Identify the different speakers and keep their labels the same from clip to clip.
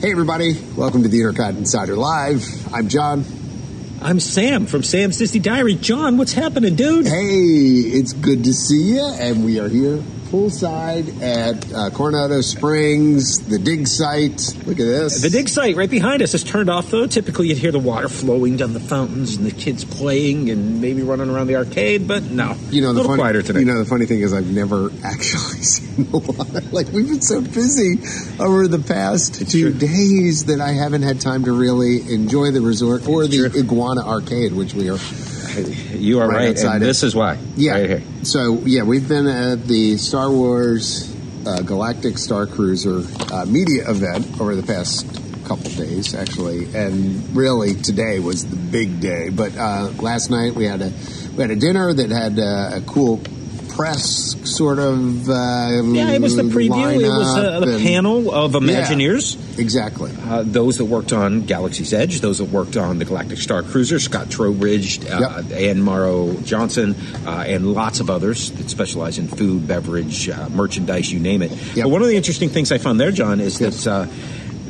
Speaker 1: Hey, everybody. Welcome to the Intercon Insider Live. I'm John.
Speaker 2: I'm Sam from Sam's Disney Diary. John, what's happening, dude?
Speaker 1: Hey, it's good to see you, and we are here poolside at uh, Coronado Springs, the dig site. Look at this.
Speaker 2: The dig site right behind us is turned off, though. Typically, you'd hear the water flowing down the fountains and the kids playing and maybe running around the arcade, but no.
Speaker 1: You know
Speaker 2: a
Speaker 1: the
Speaker 2: little
Speaker 1: funny,
Speaker 2: quieter today.
Speaker 1: You know the funny thing is I've never actually seen the water. Like we've been so busy over the past two days that I haven't had time to really enjoy the resort or
Speaker 2: It's
Speaker 1: the
Speaker 2: true.
Speaker 1: Iguana Arcade, which we are.
Speaker 2: you are
Speaker 1: right
Speaker 2: right,
Speaker 1: outside
Speaker 2: and
Speaker 1: it.
Speaker 2: this is why.
Speaker 1: Yeah.
Speaker 2: Right here.
Speaker 1: So yeah, we've been at the Star Wars uh, Galactic Star Cruiser uh, media event over the past couple days, actually, and really today was the big day. But uh, last night we had a we had a dinner that had uh, a cool press sort of uh,
Speaker 2: Yeah, it was the preview. It was uh,
Speaker 1: lineup
Speaker 2: the
Speaker 1: and-
Speaker 2: panel of Imagineers.
Speaker 1: Exactly.
Speaker 2: uh, those that worked on Galaxy's Edge, those that worked on the Galactic Star Cruiser, Scott Trowbridge, uh, Ann Morrow Johnson, uh, and lots of others that specialize in food, beverage, uh, merchandise, you name it.
Speaker 1: Yep.
Speaker 2: But one of the interesting things I found there, John, is
Speaker 1: Yes.
Speaker 2: that. Uh,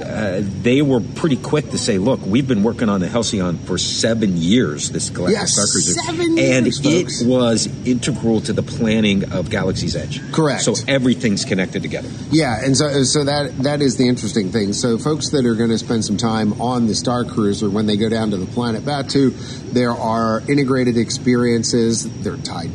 Speaker 2: uh, they were pretty quick to say, "Look, we've been working on the Halcyon for seven years. This Galactic
Speaker 1: Yes,
Speaker 2: Star Cruiser,
Speaker 1: seven
Speaker 2: and
Speaker 1: years,
Speaker 2: it
Speaker 1: folks.
Speaker 2: was integral to the planning of Galaxy's Edge.
Speaker 1: Correct.
Speaker 2: So everything's connected together.
Speaker 1: Yeah, and so so that that is the interesting thing. So folks that are going to spend some time on the Star Cruiser when they go down to the planet Batu, there are integrated experiences. They're tied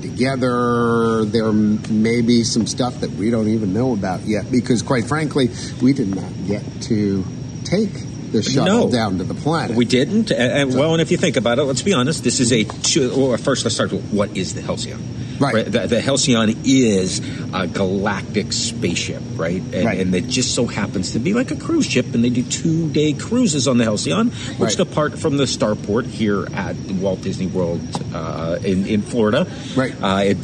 Speaker 1: together. There m- may be some stuff that we don't even know about yet because, quite frankly, we did not get to take the shuttle
Speaker 2: No.
Speaker 1: down to the planet.
Speaker 2: We didn't. And, and- well, and if you think about it, let's be honest. This is a two. Well, first, let's start with what is the Halcyon.
Speaker 1: Right.
Speaker 2: The, the Halcyon is a galactic spaceship, right? And,
Speaker 1: Right.
Speaker 2: and it just so happens to be like a cruise ship, and they do two day cruises on the Halcyon, which
Speaker 1: Right.
Speaker 2: depart from the starport here at Walt Disney World uh, in, in Florida.
Speaker 1: Right.
Speaker 2: Uh, it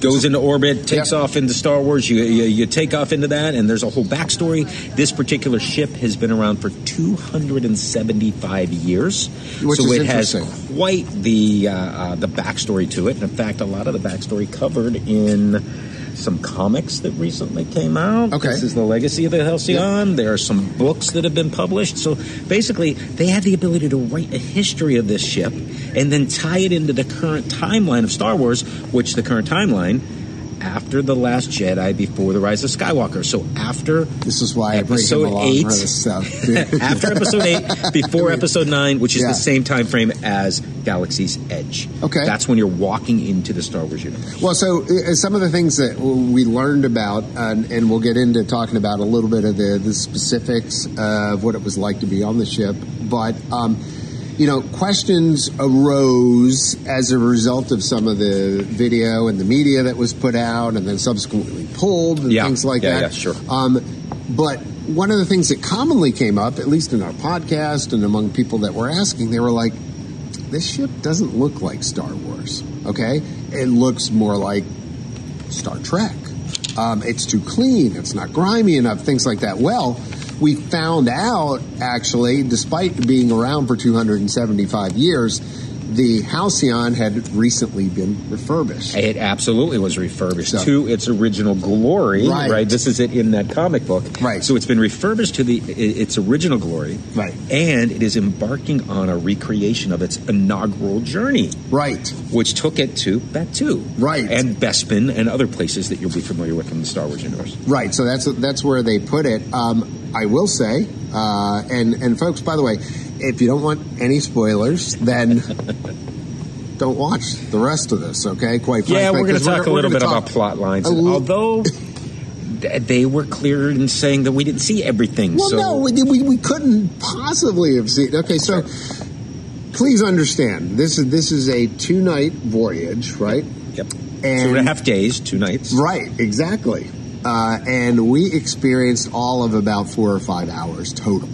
Speaker 2: goes into orbit, takes
Speaker 1: Yep.
Speaker 2: off into Star Wars. You, you you take off into that, and there's a whole backstory. This particular ship has been around for 275 years,
Speaker 1: Which
Speaker 2: so
Speaker 1: is
Speaker 2: it has
Speaker 1: interesting.
Speaker 2: quite the uh, uh, the backstory to it. And in fact, a lot of the backstory covered in. Some comics that recently came out.
Speaker 1: Okay.
Speaker 2: This is the legacy of the Halcyon. There are some books that have been published. So basically, they had the ability to write a history of this ship and then tie it into the current timeline of Star Wars, which the current timeline after the Last Jedi, before the Rise of Skywalker. So after
Speaker 1: this is why I bring him
Speaker 2: episode
Speaker 1: along
Speaker 2: eight,
Speaker 1: for this stuff. dude.
Speaker 2: after episode eight, before episode nine, which is
Speaker 1: Yeah.
Speaker 2: the same time frame as Galaxy's Edge.
Speaker 1: Okay.
Speaker 2: that's when you're walking into the Star Wars universe.
Speaker 1: Well, so uh, some of the things that we learned about, and, and we'll get into talking about a little bit of the, the specifics of what it was like to be on the ship, but. Um, you know, questions arose as a result of some of the video and the media that was put out, and then subsequently pulled and
Speaker 2: Yeah.
Speaker 1: things like
Speaker 2: Yeah,
Speaker 1: that.
Speaker 2: yeah, sure.
Speaker 1: Um, but one of the things that commonly came up, at least in our podcast and among people that were asking, they were like, this ship doesn't look like Star Wars, okay? It looks more like Star Trek. Um, it's too clean, it's not grimy enough, things like that. Well, we found out, actually, despite being around for 275 years, the Halcyon had recently been refurbished.
Speaker 2: It absolutely was refurbished
Speaker 1: So-
Speaker 2: to its original glory,
Speaker 1: Right.
Speaker 2: right. This is it in that comic book,
Speaker 1: Right.
Speaker 2: So it's been refurbished to the i- its original glory,
Speaker 1: Right.
Speaker 2: And it is embarking on a recreation of its inaugural journey,
Speaker 1: Right.
Speaker 2: which took it to Batu,
Speaker 1: Right.
Speaker 2: and Bespin and other places that you'll be familiar with from the Star Wars universe.
Speaker 1: Right. So that's that's where they put it. Um, I will say, uh, and and folks, by the way, if you don't want any spoilers, then. Don't watch the rest of this, okay? Quite frankly,
Speaker 2: Yeah, we're going to
Speaker 1: 'cause
Speaker 2: talk a
Speaker 1: we're
Speaker 2: little
Speaker 1: gonna
Speaker 2: bit
Speaker 1: talk-
Speaker 2: about plot lines.
Speaker 1: a l-
Speaker 2: although th- they were clear in saying that we didn't see everything.
Speaker 1: Well,
Speaker 2: so
Speaker 1: no, we, we, we couldn't possibly have seen. Okay, so please understand this is this is a two night voyage, right?
Speaker 2: Yep. Two and a
Speaker 1: And
Speaker 2: half days, two nights.
Speaker 1: Right, exactly. Uh, and we experienced all of about four or five hours total.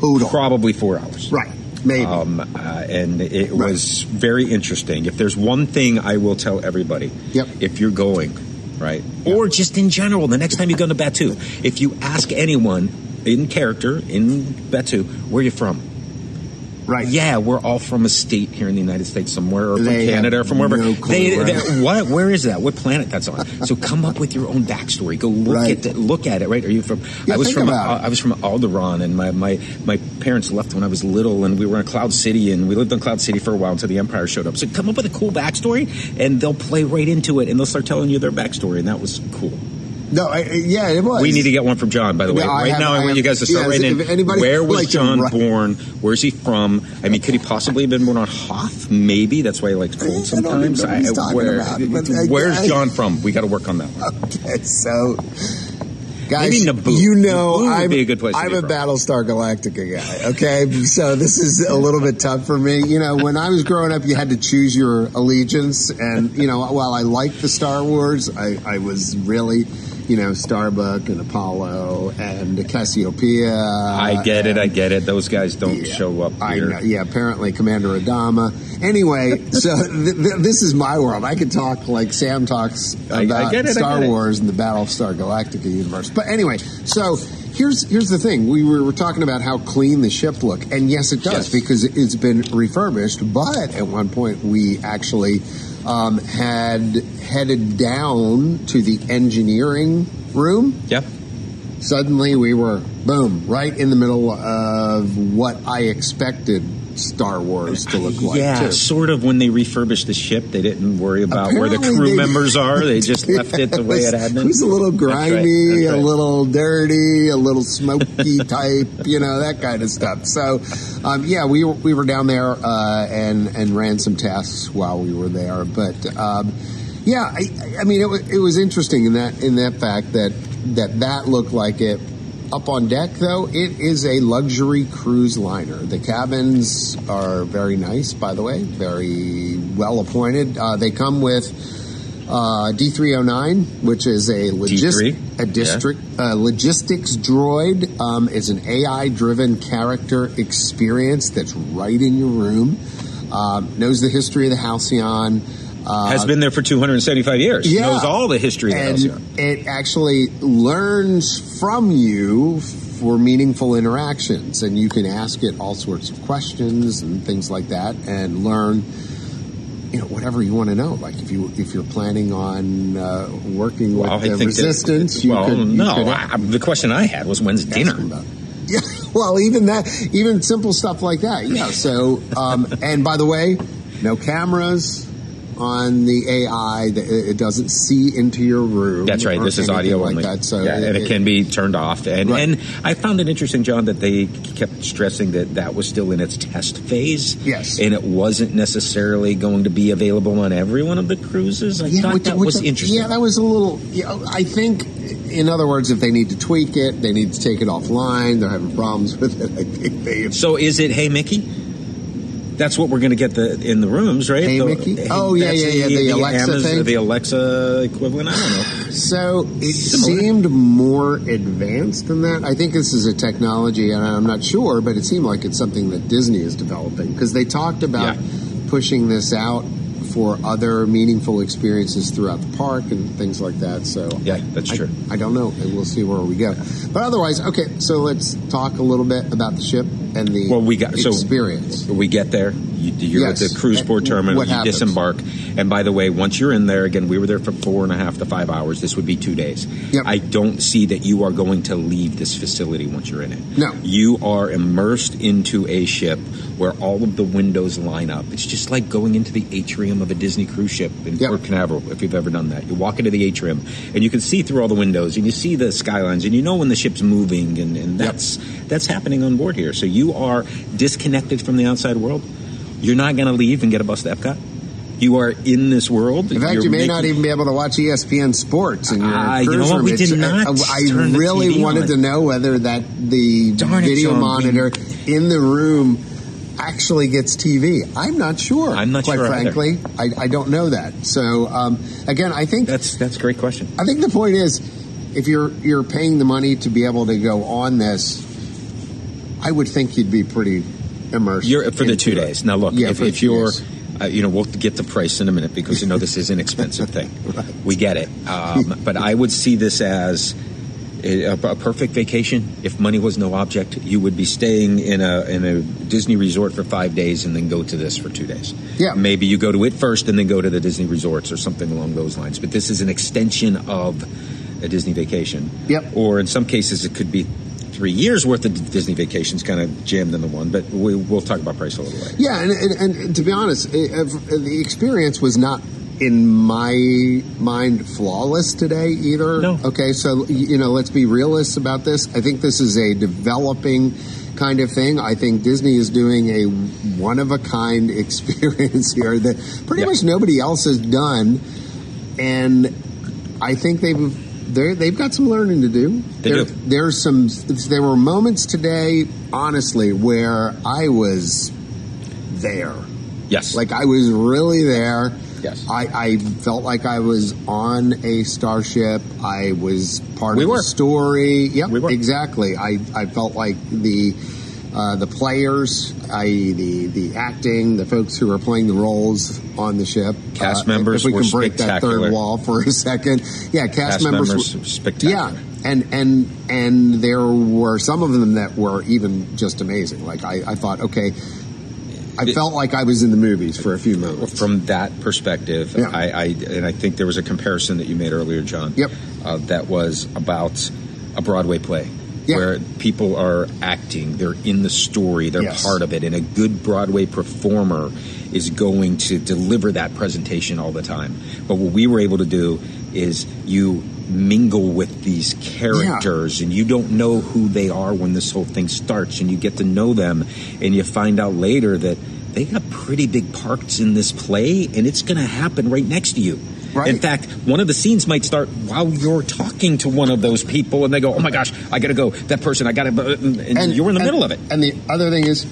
Speaker 1: Total.
Speaker 2: Probably four hours.
Speaker 1: Right. Maybe.
Speaker 2: Um, uh, and it
Speaker 1: Right.
Speaker 2: was very interesting. If there's one thing I will tell everybody,
Speaker 1: Yep.
Speaker 2: if you're going, right, or just in general, the next time you go to Batu, if you ask anyone in character in Batu, where you from?
Speaker 1: Right.
Speaker 2: Yeah, we're all from a state here in the United States somewhere, or from
Speaker 1: They have
Speaker 2: Canada, or from wherever.
Speaker 1: no clue
Speaker 2: they,
Speaker 1: where
Speaker 2: they-
Speaker 1: I'm-
Speaker 2: what? Where is that? What planet that's on? So come up with your own backstory. Go look
Speaker 1: Right.
Speaker 2: at that. Look at it. Right? Are you from?
Speaker 1: Yeah,
Speaker 2: I was
Speaker 1: think
Speaker 2: from.
Speaker 1: about it.
Speaker 2: I was from Alderaan, and my, my my parents left when I was little, and we were in Cloud City, and we lived in Cloud City for a while until the Empire showed up. So come up with a cool backstory, and they'll play right into it, and they'll start telling you their backstory, and that was cool.
Speaker 1: No, I, I- yeah, it was.
Speaker 2: We need to get one from John, by the way.
Speaker 1: No, I
Speaker 2: right
Speaker 1: have-
Speaker 2: now, I,
Speaker 1: I
Speaker 2: want
Speaker 1: have-
Speaker 2: you guys to start
Speaker 1: yes,
Speaker 2: writing
Speaker 1: if
Speaker 2: in.
Speaker 1: anybody
Speaker 2: Where was
Speaker 1: likes him,
Speaker 2: John
Speaker 1: right.
Speaker 2: born? Where's he from? I mean, could he possibly have been born on Hoth? Maybe that's why he likes
Speaker 1: Eh, I don't
Speaker 2: cold
Speaker 1: even know
Speaker 2: sometimes.
Speaker 1: what he's talking
Speaker 2: where-
Speaker 1: about, but I-
Speaker 2: where's
Speaker 1: I- Uh,
Speaker 2: John from? We got to work on that. One.
Speaker 1: Okay, so. Guys,
Speaker 2: Maybe Naboo.
Speaker 1: you know
Speaker 2: Naboo would
Speaker 1: I'm
Speaker 2: be a good place to
Speaker 1: I'm
Speaker 2: be
Speaker 1: a
Speaker 2: from.
Speaker 1: Battlestar Galactica guy. Okay, so this is a little bit tough for me. You know, when I was growing up, you had to choose your allegiance, and you know, while I liked the Star Wars, I, I was really, you know, Starbuck and Apollo and Cassiopeia.
Speaker 2: I get it. I get it. Those guys don't show up
Speaker 1: I
Speaker 2: here.
Speaker 1: know. Yeah, apparently Commander Adama. Anyway, so th- th- this is my world. I could talk like Sam talks
Speaker 2: I- I
Speaker 1: about
Speaker 2: get it, I
Speaker 1: Star
Speaker 2: get it.
Speaker 1: Wars and the Battlestar Galactica universe. But anyway, so here's here's the thing. We were, were talking about how clean the ship looked, and yes, it does
Speaker 2: Yes.
Speaker 1: because it's been refurbished. But at one point, we actually um, had headed down to the engineering room
Speaker 2: Yep.
Speaker 1: suddenly we were boom right in the middle of what I expected Star Wars to look like.
Speaker 2: yeah,
Speaker 1: too.
Speaker 2: sort of. When they refurbished the ship, they didn't worry about where the
Speaker 1: Apparently
Speaker 2: crew
Speaker 1: they-
Speaker 2: members are. They just left it the way it had been.
Speaker 1: It was a little
Speaker 2: That's right,
Speaker 1: grimy,
Speaker 2: that's right.
Speaker 1: a little dirty, a little smoky type, you know, that kind of stuff. So, um, yeah, we were, we were down there uh, and and ran some tests while we were there. But um, yeah, I, I mean, it, wa- it was interesting in that in that fact that that that looked like it. Up on deck, though, it is a luxury cruise liner. The cabins are very nice, by the way, very well appointed. Uh, they come with uh, D309, which is a, logis-
Speaker 2: D3?
Speaker 1: a district uh, logistics droid. Um, it's an AI-driven character experience that's right in your room. Um, knows the history of the Halcyon. Uh,
Speaker 2: Has been there for 275 years.
Speaker 1: yeah.
Speaker 2: Knows all the history of the
Speaker 1: and
Speaker 2: Halcyon.
Speaker 1: It actually learns from you for meaningful interactions, and you can ask it all sorts of questions and things like that, and learn. You know, whatever you want to know. Like if you if you're planning on uh, working with
Speaker 2: Well, I
Speaker 1: the
Speaker 2: think that-
Speaker 1: uh, resistance, you
Speaker 2: well,
Speaker 1: could. you
Speaker 2: no.
Speaker 1: could
Speaker 2: I, the question I had was, when's
Speaker 1: ask
Speaker 2: dinner?
Speaker 1: them about it. Yeah, well, even that, even simple stuff like that. Yeah. So, um, and by the way, no cameras on the AI. Th- It it doesn't see into your room.
Speaker 2: That's right.
Speaker 1: or
Speaker 2: This is
Speaker 1: anything
Speaker 2: audio
Speaker 1: like
Speaker 2: only.
Speaker 1: That. So,
Speaker 2: yeah, and it, can be turned off. And
Speaker 1: Right.
Speaker 2: and I found it interesting, John, that they kept stressing that that was still in its test phase.
Speaker 1: Yes.
Speaker 2: and it wasn't necessarily going to be available on every one of the cruises. I thought
Speaker 1: which-
Speaker 2: that
Speaker 1: which-
Speaker 2: was interesting.
Speaker 1: Yeah, that was a little. Yeah, I think, in other words, if they need to tweak it, they need to take it offline. They're having problems with it. I think they.
Speaker 2: so is it? Hey, Mickey. That's what we're going to get the in the rooms, right?
Speaker 1: Hey,
Speaker 2: The-
Speaker 1: Mickey? Oh, yeah,
Speaker 2: that's
Speaker 1: yeah, yeah, the Alexa thing.
Speaker 2: the Alexa equivalent. I don't know.
Speaker 1: So it
Speaker 2: Similar.
Speaker 1: seemed more advanced than that. I think this is a technology, and I'm not sure, but it seemed like it's something that Disney is developing because they talked about
Speaker 2: Yeah.
Speaker 1: pushing this out for other meaningful experiences throughout the park and things like that. So
Speaker 2: Yeah, that's
Speaker 1: I,
Speaker 2: true.
Speaker 1: I don't know. and We'll see where we go. But otherwise, okay. So let's talk a little bit about the ship and the
Speaker 2: Well, we got- so-
Speaker 1: experience.
Speaker 2: We get there. You, you're
Speaker 1: Yes.
Speaker 2: at the cruise port
Speaker 1: And
Speaker 2: terminal.
Speaker 1: what
Speaker 2: You
Speaker 1: happens?
Speaker 2: disembark. And by the way, once you're in there, again, we were there for four and a half to five hours. This would be two days.
Speaker 1: Yep.
Speaker 2: I don't see that you are going to leave this facility once you're in it.
Speaker 1: No.
Speaker 2: You are immersed into a ship where all of the windows line up. It's just like going into the atrium of a Disney cruise ship in
Speaker 1: Yep.
Speaker 2: Port Canaveral, if you've ever done that. You walk into the atrium and you can see through all the windows and you see the skylines and you know when the ship's moving and, and that's that's happening on board here. So you are disconnected from the outside world. You're not gonna leave and get a bus to Epcot. You are in this world.
Speaker 1: In fact,
Speaker 2: You're
Speaker 1: you may
Speaker 2: making-
Speaker 1: not even be able to watch E ESPN Sports in your
Speaker 2: Ah, you
Speaker 1: cruise
Speaker 2: know what?
Speaker 1: room.
Speaker 2: We did
Speaker 1: It's-
Speaker 2: not
Speaker 1: I, I
Speaker 2: turn the
Speaker 1: really
Speaker 2: TV
Speaker 1: wanted
Speaker 2: on.
Speaker 1: to know whether that the
Speaker 2: Darn it,
Speaker 1: video
Speaker 2: John, we-
Speaker 1: monitor in the room actually gets TV. I'm not sure.
Speaker 2: I'm not
Speaker 1: quite
Speaker 2: sure either.
Speaker 1: frankly. I, I don't know that. So um, again, I think
Speaker 2: That's that's a great question.
Speaker 1: I think the point is, if you're you're paying the money to be able to go on this, I would think you'd be pretty immersed
Speaker 2: You're for the
Speaker 1: into
Speaker 2: two
Speaker 1: it.
Speaker 2: days. Now look,
Speaker 1: Yeah,
Speaker 2: if,
Speaker 1: for
Speaker 2: if
Speaker 1: two
Speaker 2: you're,
Speaker 1: days.
Speaker 2: uh, you know, we'll get the price in a minute because you know this is an expensive thing. We get it, um, but I would see this as a, a perfect vacation. If money was no object, you would be staying in a in a Disney resort for five days and then go to this for two days.
Speaker 1: Yeah.
Speaker 2: maybe you go to it first and then go to the Disney resorts or something along those lines. But this is an extension of a Disney vacation.
Speaker 1: Yep.
Speaker 2: Or in some cases, it could be three years worth of Disney vacations, kind of jammed into one. But we, we'll talk about price a little later.
Speaker 1: Yeah, and, and, and to be honest, it, uh, the experience was not in my mind flawless today either.
Speaker 2: No.
Speaker 1: Okay, so y- you know, let's be realists about this. I think this is a developing kind of thing. I think Disney is doing a one of a kind experience here that pretty
Speaker 2: Yeah.
Speaker 1: much nobody else has done, and I think they've. They're, they've got some learning to do.
Speaker 2: They
Speaker 1: there,
Speaker 2: do.
Speaker 1: There's some. There were moments today, honestly, where I was there.
Speaker 2: Yes.
Speaker 1: Like I was really there.
Speaker 2: Yes.
Speaker 1: I, I felt like I was on a starship. I was part
Speaker 2: We
Speaker 1: of
Speaker 2: were.
Speaker 1: the story. Yep.
Speaker 2: We were.
Speaker 1: Exactly. I, I felt like the uh, the players, i.e., the the acting, the folks who were playing the roles on the ship,
Speaker 2: Cast
Speaker 1: uh,
Speaker 2: members
Speaker 1: If we
Speaker 2: were
Speaker 1: can break that
Speaker 2: spectacular.
Speaker 1: third wall for a second, yeah, cast,
Speaker 2: Cast
Speaker 1: members,
Speaker 2: members
Speaker 1: were-
Speaker 2: spectacular.
Speaker 1: Yeah, and and and there were some of them that were even just amazing. Like I, I thought, okay, I
Speaker 2: It-
Speaker 1: felt like I was in the movies for a few moments.
Speaker 2: from that perspective,
Speaker 1: Yeah.
Speaker 2: I, I and I think there was a comparison that you made earlier, John.
Speaker 1: Yep.
Speaker 2: Uh, that was about a Broadway play.
Speaker 1: Yeah.
Speaker 2: Where people are acting, they're in the story, they're
Speaker 1: Yes.
Speaker 2: part of it, and a good Broadway performer is going to deliver that presentation all the time. But what we were able to do is you mingle with these characters, and you don't know who they are when this whole thing starts, and you get to know them, and you find out later that they got pretty big parts in this play, and it's going to happen right next to you.
Speaker 1: Right.
Speaker 2: In fact, one of the scenes might start while you're talking to one of those people, and they go, "Oh my gosh, I gotta go! That person, I gotta." b-" And, and you're in the middle of it.
Speaker 1: And the other thing is,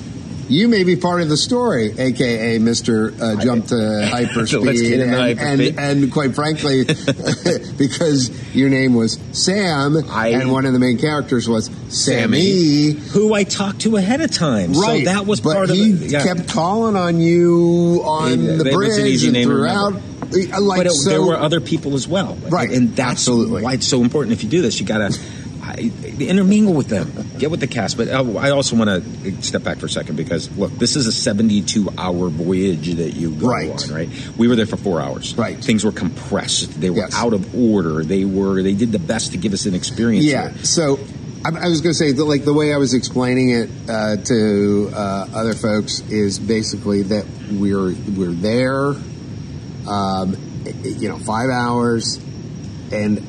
Speaker 1: you may be part of the story, aka Mister uh, Jump to Hyperspeed.
Speaker 2: Let's get in the
Speaker 1: and,
Speaker 2: hyperspeed.
Speaker 1: and, and quite frankly, because your name was Sam,
Speaker 2: I-
Speaker 1: and one of the main characters was
Speaker 2: Sammy.
Speaker 1: Sammy.
Speaker 2: Who I talked to ahead of time,
Speaker 1: Right,
Speaker 2: so that was
Speaker 1: but
Speaker 2: part
Speaker 1: he
Speaker 2: of it. Yeah.
Speaker 1: kept calling on you on
Speaker 2: Yeah,
Speaker 1: the
Speaker 2: it
Speaker 1: bridge
Speaker 2: was an easy
Speaker 1: and
Speaker 2: name to
Speaker 1: throughout. uh, Like
Speaker 2: but it,
Speaker 1: so,
Speaker 2: there were other people as well,
Speaker 1: Right.
Speaker 2: And that's
Speaker 1: Absolutely.
Speaker 2: why it's so important. If you do this, you gotta I, intermingle with them, get with the cast. But I, I also want to step back for a second because look, this is a seventy-two hour voyage that you go
Speaker 1: Right.
Speaker 2: on. Right? We were there for four hours.
Speaker 1: Right.
Speaker 2: Things were compressed. They were
Speaker 1: Yes.
Speaker 2: out of order. They were. They did the best to give us an experience.
Speaker 1: Yeah.
Speaker 2: here.
Speaker 1: So I, I was going to say that, like, the way I was explaining it uh, to uh, other folks is basically that we're we're there, um, i- i- you know, five hours, and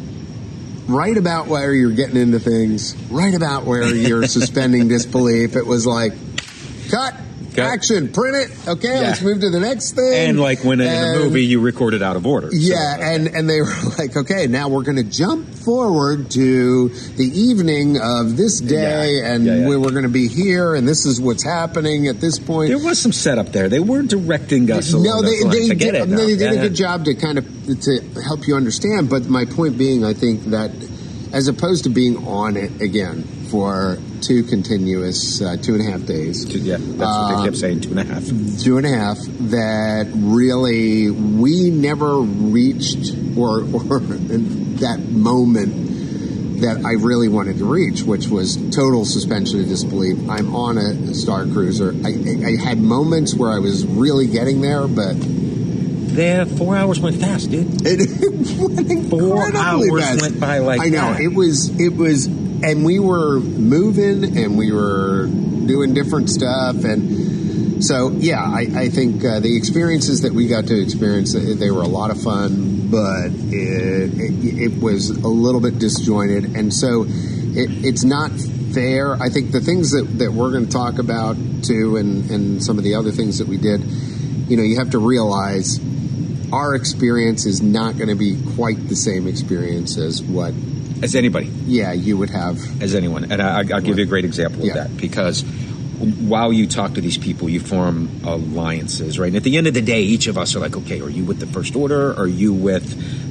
Speaker 1: right about where you're getting into things, right about where you're suspending disbelief, it was like, cut.
Speaker 2: Cut.
Speaker 1: Action, print it. Okay,
Speaker 2: Yeah.
Speaker 1: let's move to the next thing.
Speaker 2: And like when in a
Speaker 1: And-
Speaker 2: movie, you recorded out of order. So,
Speaker 1: yeah, and, and they were like, okay, now we're going to jump forward to the evening of this day,
Speaker 2: Yeah,
Speaker 1: and
Speaker 2: yeah, yeah.
Speaker 1: we were going to be here, and this is what's happening at this point.
Speaker 2: There was some setup there. They were directing us.
Speaker 1: no,
Speaker 2: along
Speaker 1: they,
Speaker 2: those lines.
Speaker 1: they,
Speaker 2: I get
Speaker 1: did,
Speaker 2: it.
Speaker 1: no,
Speaker 2: now.
Speaker 1: they did
Speaker 2: Yeah,
Speaker 1: a
Speaker 2: yeah.
Speaker 1: good job to kind of to help you understand. But my point being, I think that as opposed to being on it again for two continuous uh, two and a half days,
Speaker 2: Yeah, that's what they
Speaker 1: um,
Speaker 2: kept saying. Two and a half.
Speaker 1: two and a half that really we never reached or, or that moment that I really wanted to reach, which was total suspension of disbelief. I'm on a star cruiser. I, I, I had moments where I was really getting there, but
Speaker 2: Yeah, four hours went fast, dude.
Speaker 1: it went
Speaker 2: Four
Speaker 1: incredibly
Speaker 2: hours
Speaker 1: fast.
Speaker 2: went by like
Speaker 1: I know
Speaker 2: that.
Speaker 1: it was it was, and we were moving and we were doing different stuff, and so yeah, I, I think uh, the experiences that we got to experience they they were a lot of fun, but it it, it was a little bit disjointed, and so it, it's not fair. I think the things that, that we're going to talk about too, and and some of the other things that we did, you know, you have to realize our experience is not going to be quite the same experience as what
Speaker 2: As anybody,
Speaker 1: yeah you would have
Speaker 2: as anyone, and I, I'll give you a great example of
Speaker 1: Yeah.
Speaker 2: that because while you talk to these people, you form alliances, right? And at the end of the day, each of us are like, okay, are you with the First Order? Are you with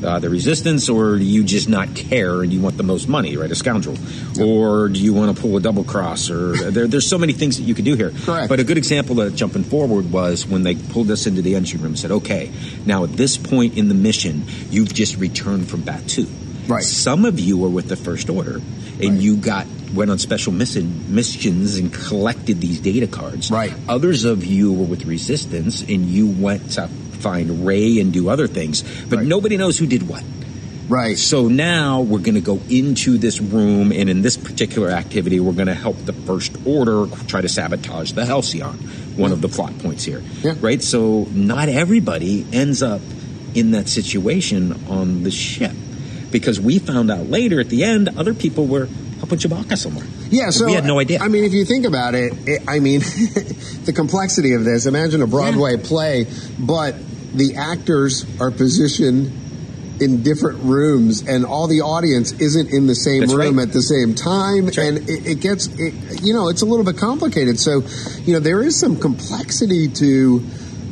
Speaker 2: uh, the Resistance? Or do you just not care and you want the most money, right? A scoundrel, or do you want to pull a double cross? Or there, there's so many things that you could do here.
Speaker 1: Correct.
Speaker 2: But a good example of jumping forward was when they pulled us into the engine room and said, okay, now at this point in the mission, you've just returned from Batu.
Speaker 1: Right.
Speaker 2: Some of you are with the First Order, and
Speaker 1: Right.
Speaker 2: you got went on special mission, missions and collected these data cards.
Speaker 1: Right.
Speaker 2: Others of you were with Resistance, and you went to find Ray and do other things, but
Speaker 1: Right.
Speaker 2: nobody knows who did what.
Speaker 1: Right.
Speaker 2: So now we're going to go into this room, and in this particular activity, we're going to help the First Order try to sabotage the Halcyon, one of the plot points here.
Speaker 1: Yeah.
Speaker 2: Right? So not everybody ends up in that situation on the ship. Because we found out later at the end, other people were helping Chewbacca somewhere.
Speaker 1: Yeah, so
Speaker 2: we had no idea.
Speaker 1: I mean, if you think about it, it I mean, the complexity of this. Imagine a Broadway play, but the actors are positioned in different rooms, and all the audience isn't in the same
Speaker 2: That's
Speaker 1: room
Speaker 2: right.
Speaker 1: at the same time,
Speaker 2: right.
Speaker 1: and it, it gets, it, you know, it's a little bit complicated. So, you know, there is some complexity to.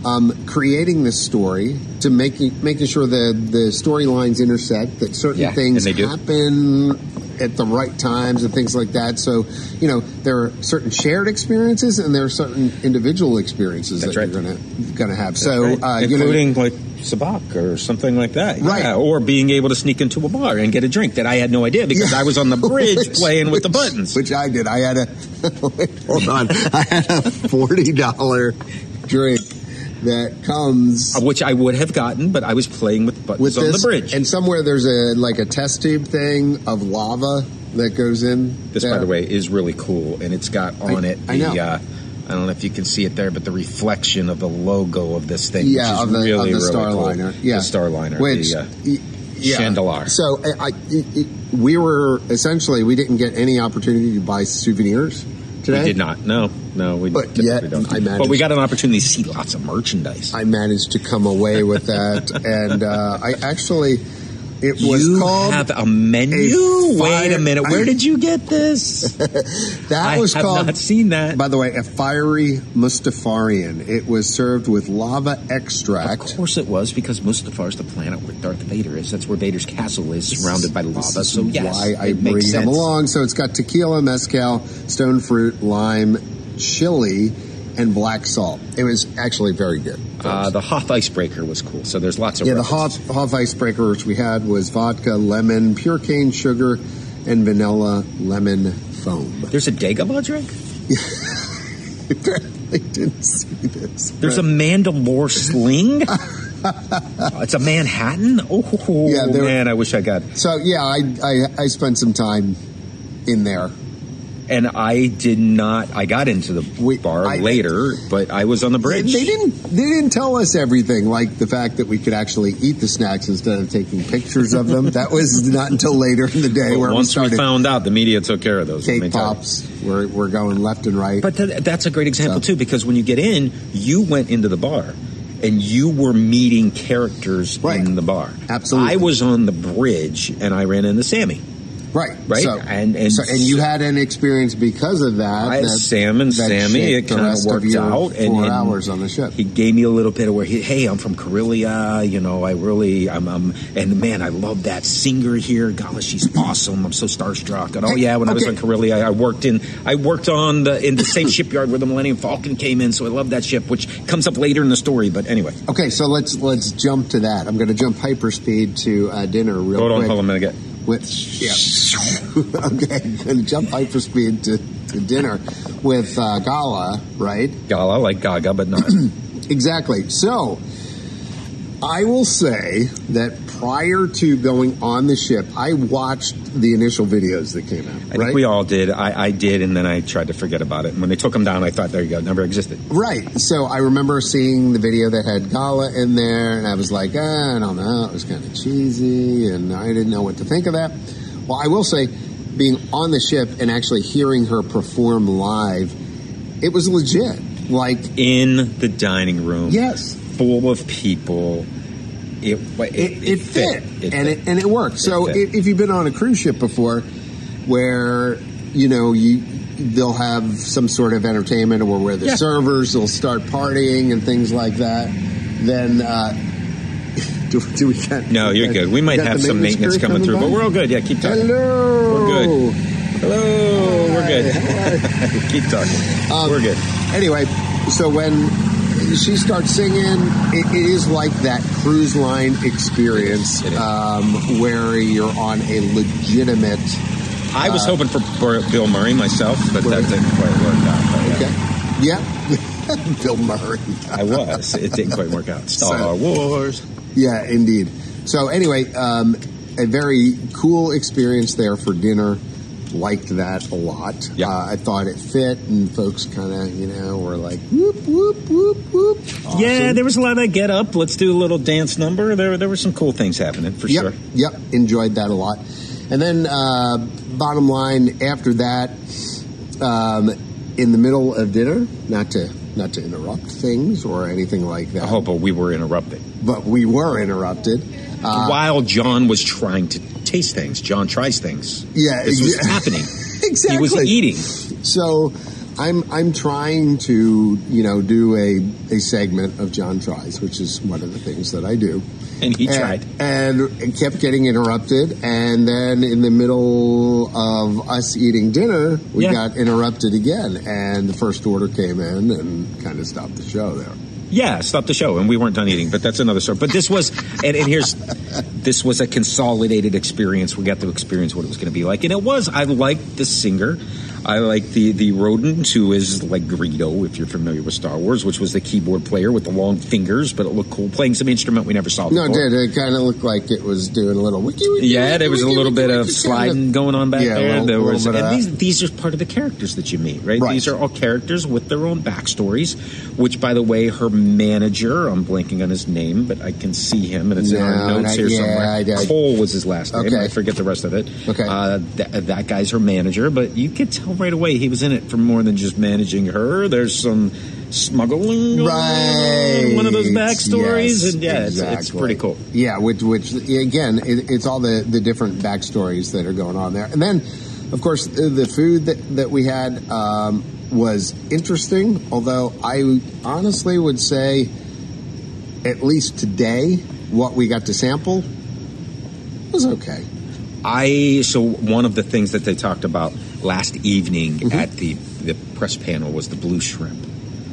Speaker 1: Um, creating this story to making making sure the the storylines intersect that certain
Speaker 2: Yeah, and
Speaker 1: things
Speaker 2: they do.
Speaker 1: happen happen at the right times and things like that. So, you know, there are certain shared experiences and there are certain individual experiences
Speaker 2: That's
Speaker 1: that
Speaker 2: right.
Speaker 1: you're gonna gonna have. so, uh,
Speaker 2: Right?
Speaker 1: you know,
Speaker 2: including like sabak or something like that,
Speaker 1: Right.
Speaker 2: Yeah, or being able to sneak into a bar and get a drink that I had no idea because I was on the bridge
Speaker 1: Which-
Speaker 2: playing with the
Speaker 1: which-
Speaker 2: buttons.
Speaker 1: which I did. I had a wait, hold on. I had a forty dollar drink that comes
Speaker 2: Uh, which I would have gotten, but I was playing with buttons
Speaker 1: with
Speaker 2: on
Speaker 1: this,
Speaker 2: the bridge.
Speaker 1: and somewhere there's a like a test tube thing of lava that goes in.
Speaker 2: this, by
Speaker 1: there.
Speaker 2: the way, is really cool, and it's got on it the.
Speaker 1: I know.
Speaker 2: Uh, I don't know if you can see it there, but the reflection of the logo of this thing,
Speaker 1: yeah,
Speaker 2: which
Speaker 1: of
Speaker 2: is
Speaker 1: the,
Speaker 2: really,
Speaker 1: of the
Speaker 2: really
Speaker 1: Starliner.
Speaker 2: cool.
Speaker 1: Yeah,
Speaker 2: the Starliner,
Speaker 1: which
Speaker 2: the, uh,
Speaker 1: y- yeah.
Speaker 2: chandelier.
Speaker 1: So I, I, it- it- we were essentially we didn't get any opportunity to buy souvenirs today.
Speaker 2: we did not. No, no, we
Speaker 1: But
Speaker 2: typically
Speaker 1: yet,
Speaker 2: don't.
Speaker 1: I
Speaker 2: but we
Speaker 1: managed-
Speaker 2: got an opportunity to see lots of merchandise.
Speaker 1: I managed to come away with that, and uh, I actually it was
Speaker 2: you
Speaker 1: called
Speaker 2: have a menu.
Speaker 1: a
Speaker 2: Wait
Speaker 1: fire-
Speaker 2: a minute. Where did you get this?
Speaker 1: that
Speaker 2: I
Speaker 1: was
Speaker 2: have
Speaker 1: called.
Speaker 2: not seen that.
Speaker 1: by the way, a fiery Mustafarian. It was served with lava
Speaker 2: Of
Speaker 1: extract.
Speaker 2: course it was, because Mustafar is the planet where Darth Vader is. That's where Vader's castle is, surrounded by
Speaker 1: This
Speaker 2: lava.
Speaker 1: is
Speaker 2: So yes,
Speaker 1: why I
Speaker 2: it
Speaker 1: bring
Speaker 2: makes
Speaker 1: them
Speaker 2: sense.
Speaker 1: along. So it's got tequila, mezcal, stone fruit, lime, chili, and black salt. It was actually very good.
Speaker 2: Uh, the Hoth icebreaker was cool. So there's lots of
Speaker 1: yeah, the
Speaker 2: references.
Speaker 1: Hoff, Hoff icebreaker which we had was vodka, lemon, pure cane sugar, and vanilla lemon foam.
Speaker 2: There's a Dagobah drink.
Speaker 1: I didn't see this.
Speaker 2: There's a Mandalore sling. it's a Manhattan. Oh
Speaker 1: Yeah, there-
Speaker 2: man, I wish I got.
Speaker 1: so yeah, I, I I spent some time in there.
Speaker 2: And I did not. I got into the
Speaker 1: We-
Speaker 2: bar
Speaker 1: I-
Speaker 2: later, but I was on the
Speaker 1: They,
Speaker 2: bridge.
Speaker 1: they didn't. They didn't tell us everything, like the fact that we could actually eat the snacks instead of taking pictures of them. that was not until later in the day
Speaker 2: But
Speaker 1: where we
Speaker 2: once we,
Speaker 1: started
Speaker 2: found out, the media took care of those. let me
Speaker 1: cake
Speaker 2: tell you.
Speaker 1: pops. We're we're going left and right.
Speaker 2: But th- that's a great example
Speaker 1: So-
Speaker 2: too, because when you get in, you went into the bar and you were meeting characters
Speaker 1: Right.
Speaker 2: in the bar.
Speaker 1: Absolutely.
Speaker 2: I was on the bridge and I ran into Sammy.
Speaker 1: right,
Speaker 2: right,
Speaker 1: So,
Speaker 2: and- and-
Speaker 1: so- and you had an experience because of that.
Speaker 2: I,
Speaker 1: that
Speaker 2: Sam and
Speaker 1: that
Speaker 2: Sammy, it
Speaker 1: shaped the
Speaker 2: kind of
Speaker 1: rest
Speaker 2: worked
Speaker 1: your
Speaker 2: out. and-
Speaker 1: Four
Speaker 2: and
Speaker 1: hours on the ship.
Speaker 2: He gave me a little bit of where he, hey, I'm from Karelia, you know, I really, I'm, I'm, and man, I love that singer here. Golly, she's awesome. I'm so starstruck. And oh
Speaker 1: Hey,
Speaker 2: yeah, when I was
Speaker 1: okay.
Speaker 2: on Karelia, I worked in, I worked on the in the same shipyard where the Millennium Falcon came in. So I love that ship, which comes up later in the story. But anyway,
Speaker 1: okay, so let's let's jump to that. I'm going to jump hyperspeed to uh, dinner real
Speaker 2: hold on,
Speaker 1: quick.
Speaker 2: hold on a minute.
Speaker 1: with yeah. okay, and jump hyperspeed to, to dinner with uh, Gala, right?
Speaker 2: Gala like Gaga, but not.
Speaker 1: Exactly. So I will say that prior to going on the ship, I watched the initial videos that came out.
Speaker 2: I
Speaker 1: right?
Speaker 2: think we all did. I, I did, and then I tried to forget about it. And when they took him down, I thought, there you go, never existed.
Speaker 1: Right. So I remember seeing the video that had Gala in there, and I was like, ah, I don't know. It was kind of cheesy, and I didn't know what to think of that. Well, I will say, being on the ship and actually hearing her perform live, it was legit. Like,
Speaker 2: In the dining room.
Speaker 1: yes,
Speaker 2: full of people. It it,
Speaker 1: it, it fit, and it and it worked. so
Speaker 2: fit.
Speaker 1: if, if you've been on a cruise ship before, where you know you they'll have some sort of entertainment, or where the
Speaker 2: Yeah.
Speaker 1: servers will start partying and things like that, then. Uh, do, do we got,
Speaker 2: no, you're good. We might
Speaker 1: got
Speaker 2: have
Speaker 1: the
Speaker 2: some maintenance
Speaker 1: crew
Speaker 2: coming through, but
Speaker 1: by?
Speaker 2: we're all good. Yeah, keep talking.
Speaker 1: Hello,
Speaker 2: We're good. Hello, we're good. keep talking.
Speaker 1: Um,
Speaker 2: we're good.
Speaker 1: Anyway, so when she starts singing, it, it is like that cruise line experience
Speaker 2: It is.
Speaker 1: Um, where you're on a legitimate
Speaker 2: I was hoping for Bur- Bill Murray myself, but
Speaker 1: Right.
Speaker 2: that didn't quite work out. but, yeah.
Speaker 1: Okay. Yeah. Bill Murray.
Speaker 2: I was. It didn't quite work out. Star
Speaker 1: So-
Speaker 2: Wars.
Speaker 1: Yeah, indeed. So anyway, um, a very cool experience there for dinner. Liked that a lot.
Speaker 2: Yeah.
Speaker 1: Uh, I thought it fit, and folks kind of, you know, were like, whoop, whoop, whoop, whoop.
Speaker 2: Yeah,
Speaker 1: Awesome.
Speaker 2: there was a lot of get up. Let's do a little dance number. There, there were some cool things happening for
Speaker 1: yep,
Speaker 2: sure.
Speaker 1: Yep, enjoyed that a lot. And then, uh, bottom line, after that, um, in the middle of dinner, not to not to interrupt things or anything like that,
Speaker 2: Oh, but we were interrupted
Speaker 1: but we were interrupted. Uh,
Speaker 2: while John was trying to taste things. John tries things.
Speaker 1: Yeah,
Speaker 2: this was
Speaker 1: exa-
Speaker 2: happening.
Speaker 1: exactly.
Speaker 2: He was eating.
Speaker 1: So I'm I'm trying to you know do a a segment of John tries, which is one of the things that I do.
Speaker 2: And he
Speaker 1: And-
Speaker 2: tried.
Speaker 1: and it kept getting interrupted. And then in the middle of us eating dinner, we
Speaker 2: Yeah.
Speaker 1: got interrupted again, and the first order came in and kind of stopped the show there.
Speaker 2: Yeah, stop the show, and we weren't done eating, but that's another story. But this was, and, and here's, this was a consolidated experience. We got to experience what it was going to be like, and it was. I liked the singer, I liked the the rodent who is like Greedo, if you're familiar with Star Wars, which was the keyboard player with the long fingers, but it looked cool playing some instrument we never saw.
Speaker 1: No, it
Speaker 2: before.
Speaker 1: did. It kind of looked like it was doing a little wiki. wiki
Speaker 2: Yeah, there was a
Speaker 1: wiki,
Speaker 2: little
Speaker 1: wiki,
Speaker 2: bit of
Speaker 1: wiki,
Speaker 2: sliding
Speaker 1: kind of-
Speaker 2: going on back
Speaker 1: Yeah, a
Speaker 2: there.
Speaker 1: little-
Speaker 2: there
Speaker 1: little
Speaker 2: was,
Speaker 1: bit of
Speaker 2: and
Speaker 1: that.
Speaker 2: these these are part of the characters that you meet, right?
Speaker 1: Right.
Speaker 2: These are all characters with their own backstories. Which, by the way, her manager, I'm blanking on his name, but I can see him, and it's in
Speaker 1: No,
Speaker 2: our notes
Speaker 1: I-
Speaker 2: here
Speaker 1: yeah,
Speaker 2: somewhere.
Speaker 1: I did.
Speaker 2: Cole was his last name.
Speaker 1: Okay.
Speaker 2: I forget the rest of it.
Speaker 1: Okay.
Speaker 2: uh, that, that guy's her manager, but you could tell right away he was in it for more than just managing her. There's some smuggling, going on,
Speaker 1: right
Speaker 2: One of those backstories,
Speaker 1: Yes,
Speaker 2: and yeah, it's, it's
Speaker 1: exactly.
Speaker 2: pretty cool.
Speaker 1: yeah which which again it, it's all the the different backstories that are going on there and then of course the, the food that, that we had um, was interesting although i honestly would say at least today what we got to sample was okay
Speaker 2: I so one of the things that they talked about last evening
Speaker 1: Mm-hmm.
Speaker 2: at the the press panel was the blue shrimp.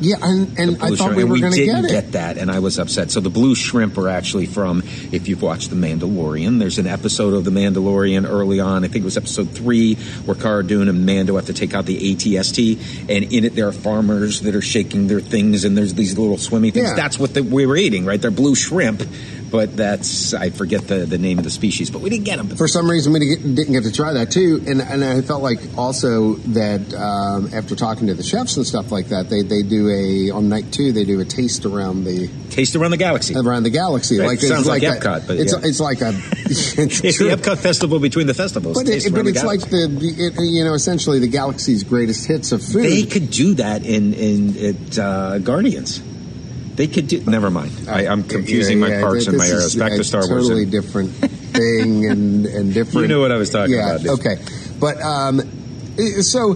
Speaker 1: yeah and, and
Speaker 2: The
Speaker 1: i
Speaker 2: blue
Speaker 1: thought
Speaker 2: shrimp,
Speaker 1: we
Speaker 2: and
Speaker 1: were
Speaker 2: we
Speaker 1: going to
Speaker 2: didn't
Speaker 1: get
Speaker 2: get,
Speaker 1: it
Speaker 2: that, and I was upset. So the blue shrimp are actually from if you've watched The Mandalorian. There's an episode of The Mandalorian early on. I think it was episode three where Cara Dune and Mando have to take out the ATST, and in it there are farmers that are shaking their things, and there's these little swimming things.
Speaker 1: Yeah.
Speaker 2: That's what the, we were eating, right? They're blue shrimp, but that's I forget the the name of the species, but we didn't get them.
Speaker 1: for some reason we didn't get, didn't get to try that too and, and i felt like also that um, after talking to the chefs and stuff like that they, they do a on night two they do a taste around the
Speaker 2: Taste around the galaxy.
Speaker 1: around the galaxy
Speaker 2: It
Speaker 1: like it's
Speaker 2: sounds like
Speaker 1: a-
Speaker 2: Epcot, but
Speaker 1: it's,
Speaker 2: yeah.
Speaker 1: it's like a
Speaker 2: It's the Epcot festival between the festivals.
Speaker 1: but,
Speaker 2: Taste
Speaker 1: it, but
Speaker 2: around the
Speaker 1: it's like
Speaker 2: galaxy.
Speaker 1: the it, you know essentially the galaxy's greatest hits of food
Speaker 2: they could do that in in at uh, Guardians. They could do. Never mind. I, I'm confusing
Speaker 1: Yeah,
Speaker 2: my
Speaker 1: yeah,
Speaker 2: parks and my
Speaker 1: this
Speaker 2: eras.
Speaker 1: is
Speaker 2: Back
Speaker 1: a
Speaker 2: to Star Wars.
Speaker 1: totally
Speaker 2: and-
Speaker 1: different thing and and different
Speaker 2: You knew what I was talking
Speaker 1: yeah,
Speaker 2: about, dude.
Speaker 1: Okay, but um, i- so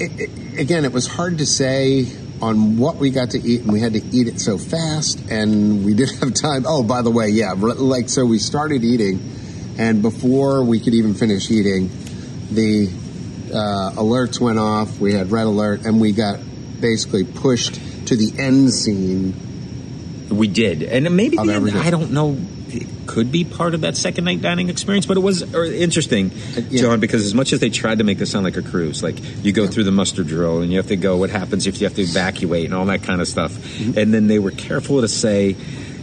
Speaker 1: i i again, it was hard to say on what we got to eat, and we had to eat it so fast, and we didn't have time. Oh, by the way, yeah, r- like so, we started eating, and before we could even finish eating, the uh, alerts went off. We had red alert, and we got basically pushed to the end scene.
Speaker 2: we did, and maybe
Speaker 1: Of
Speaker 2: the end,
Speaker 1: everything.
Speaker 2: I don't know. It could be part of that second night dining experience, but it was er, interesting,
Speaker 1: Uh, yeah.
Speaker 2: John. Because as much as they tried to make this sound like a cruise, like you go through the muster drill and you have to go, what happens if you have to evacuate and all that kind of stuff,
Speaker 1: Mm-hmm.
Speaker 2: and then they were careful to say,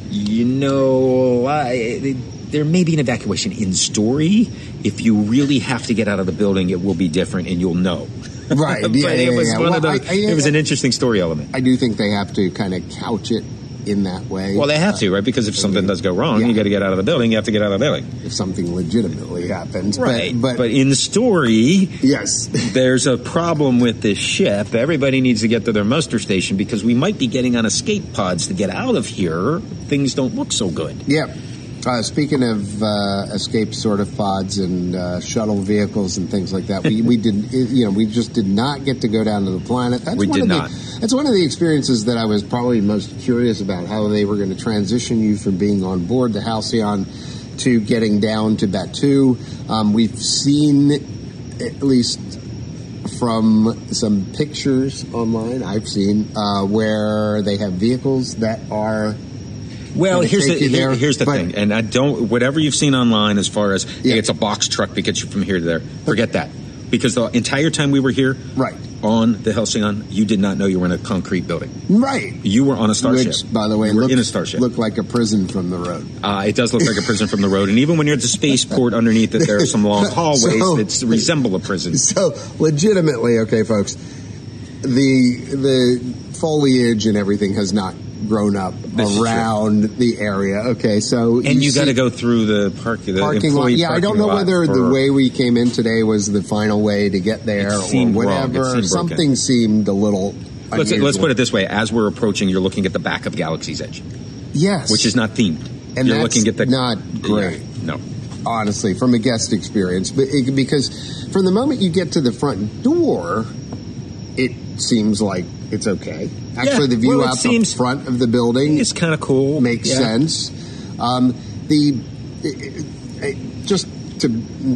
Speaker 2: you know, I, there may be an evacuation in story. If you really have to get out of the building, it will be different, and you'll know.
Speaker 1: Right,
Speaker 2: but
Speaker 1: yeah,
Speaker 2: it
Speaker 1: yeah,
Speaker 2: was
Speaker 1: yeah.
Speaker 2: one of
Speaker 1: Well,
Speaker 2: the.
Speaker 1: I- I-
Speaker 2: it was an interesting story element.
Speaker 1: I do think they have to kind of couch it in that way.
Speaker 2: Well, they have to, right? Because if something does go wrong,
Speaker 1: Yeah.
Speaker 2: you got to get out of the building. You have to get out of the building,
Speaker 1: if something legitimately happens.
Speaker 2: But,
Speaker 1: But, but,
Speaker 2: in the story,
Speaker 1: yes,
Speaker 2: there's a problem with this ship. Everybody needs to get to their muster station because we might be getting on escape pods to get out of here. Things don't look so good.
Speaker 1: yeah. Uh, speaking of uh, escape sort of pods and uh, shuttle vehicles and things like that, we, we did uh, you know we just did not get to go down to the planet. That's
Speaker 2: We
Speaker 1: one
Speaker 2: did
Speaker 1: of the-
Speaker 2: not.
Speaker 1: That's one of the experiences that I was probably most curious about how they were going to transition you from being on board the Halcyon to getting down to Batu. Um, we've seen at least from some pictures online I've seen uh, where they have vehicles that are
Speaker 2: Well,
Speaker 1: Gonna
Speaker 2: here's the
Speaker 1: take you
Speaker 2: here-
Speaker 1: there,
Speaker 2: here's the
Speaker 1: but-
Speaker 2: thing, and I don't. Whatever you've seen online, as far as
Speaker 1: Yeah.
Speaker 2: hey, it's a box truck that gets you from here to there, forget that. Because the entire time we were here,
Speaker 1: Right.
Speaker 2: on the Halcyon, you did not know you were in a concrete building.
Speaker 1: Right.
Speaker 2: You were on a starship.
Speaker 1: Which, by the way,
Speaker 2: you were
Speaker 1: looked,
Speaker 2: in a starship.
Speaker 1: looked like a prison from the road.
Speaker 2: Uh, it does look like a prison from the road, and even when you're at the spaceport underneath it, there are some long hallways
Speaker 1: So-
Speaker 2: that resemble a prison.
Speaker 1: So, legitimately, okay, folks, the the foliage and everything has not grown up
Speaker 2: This is true.
Speaker 1: around the area. Okay, so
Speaker 2: And you got to
Speaker 1: see
Speaker 2: go through the park, the
Speaker 1: parking lot.
Speaker 2: employee
Speaker 1: Yeah, I
Speaker 2: parking
Speaker 1: don't know
Speaker 2: lot
Speaker 1: whether the
Speaker 2: for-
Speaker 1: way we came in today was the final way to get there
Speaker 2: It
Speaker 1: or
Speaker 2: seemed wrong. It
Speaker 1: whatever.
Speaker 2: seemed broken.
Speaker 1: Something seemed a little.
Speaker 2: Let's,
Speaker 1: unusual.
Speaker 2: let's put it this way: as we're approaching, you're looking at the back of Galaxy's Edge,
Speaker 1: Yes,
Speaker 2: which is not themed.
Speaker 1: And
Speaker 2: you're
Speaker 1: that's
Speaker 2: looking at the
Speaker 1: not great.
Speaker 2: Yeah, no,
Speaker 1: honestly, from a guest experience, but it, because from the moment you get to the front door, it seems like it's okay. Actually, the view
Speaker 2: well, it
Speaker 1: out
Speaker 2: seems-
Speaker 1: the front of the building
Speaker 2: it's kind of cool.
Speaker 1: makes
Speaker 2: Yeah.
Speaker 1: sense. Um, the it- it- it- just to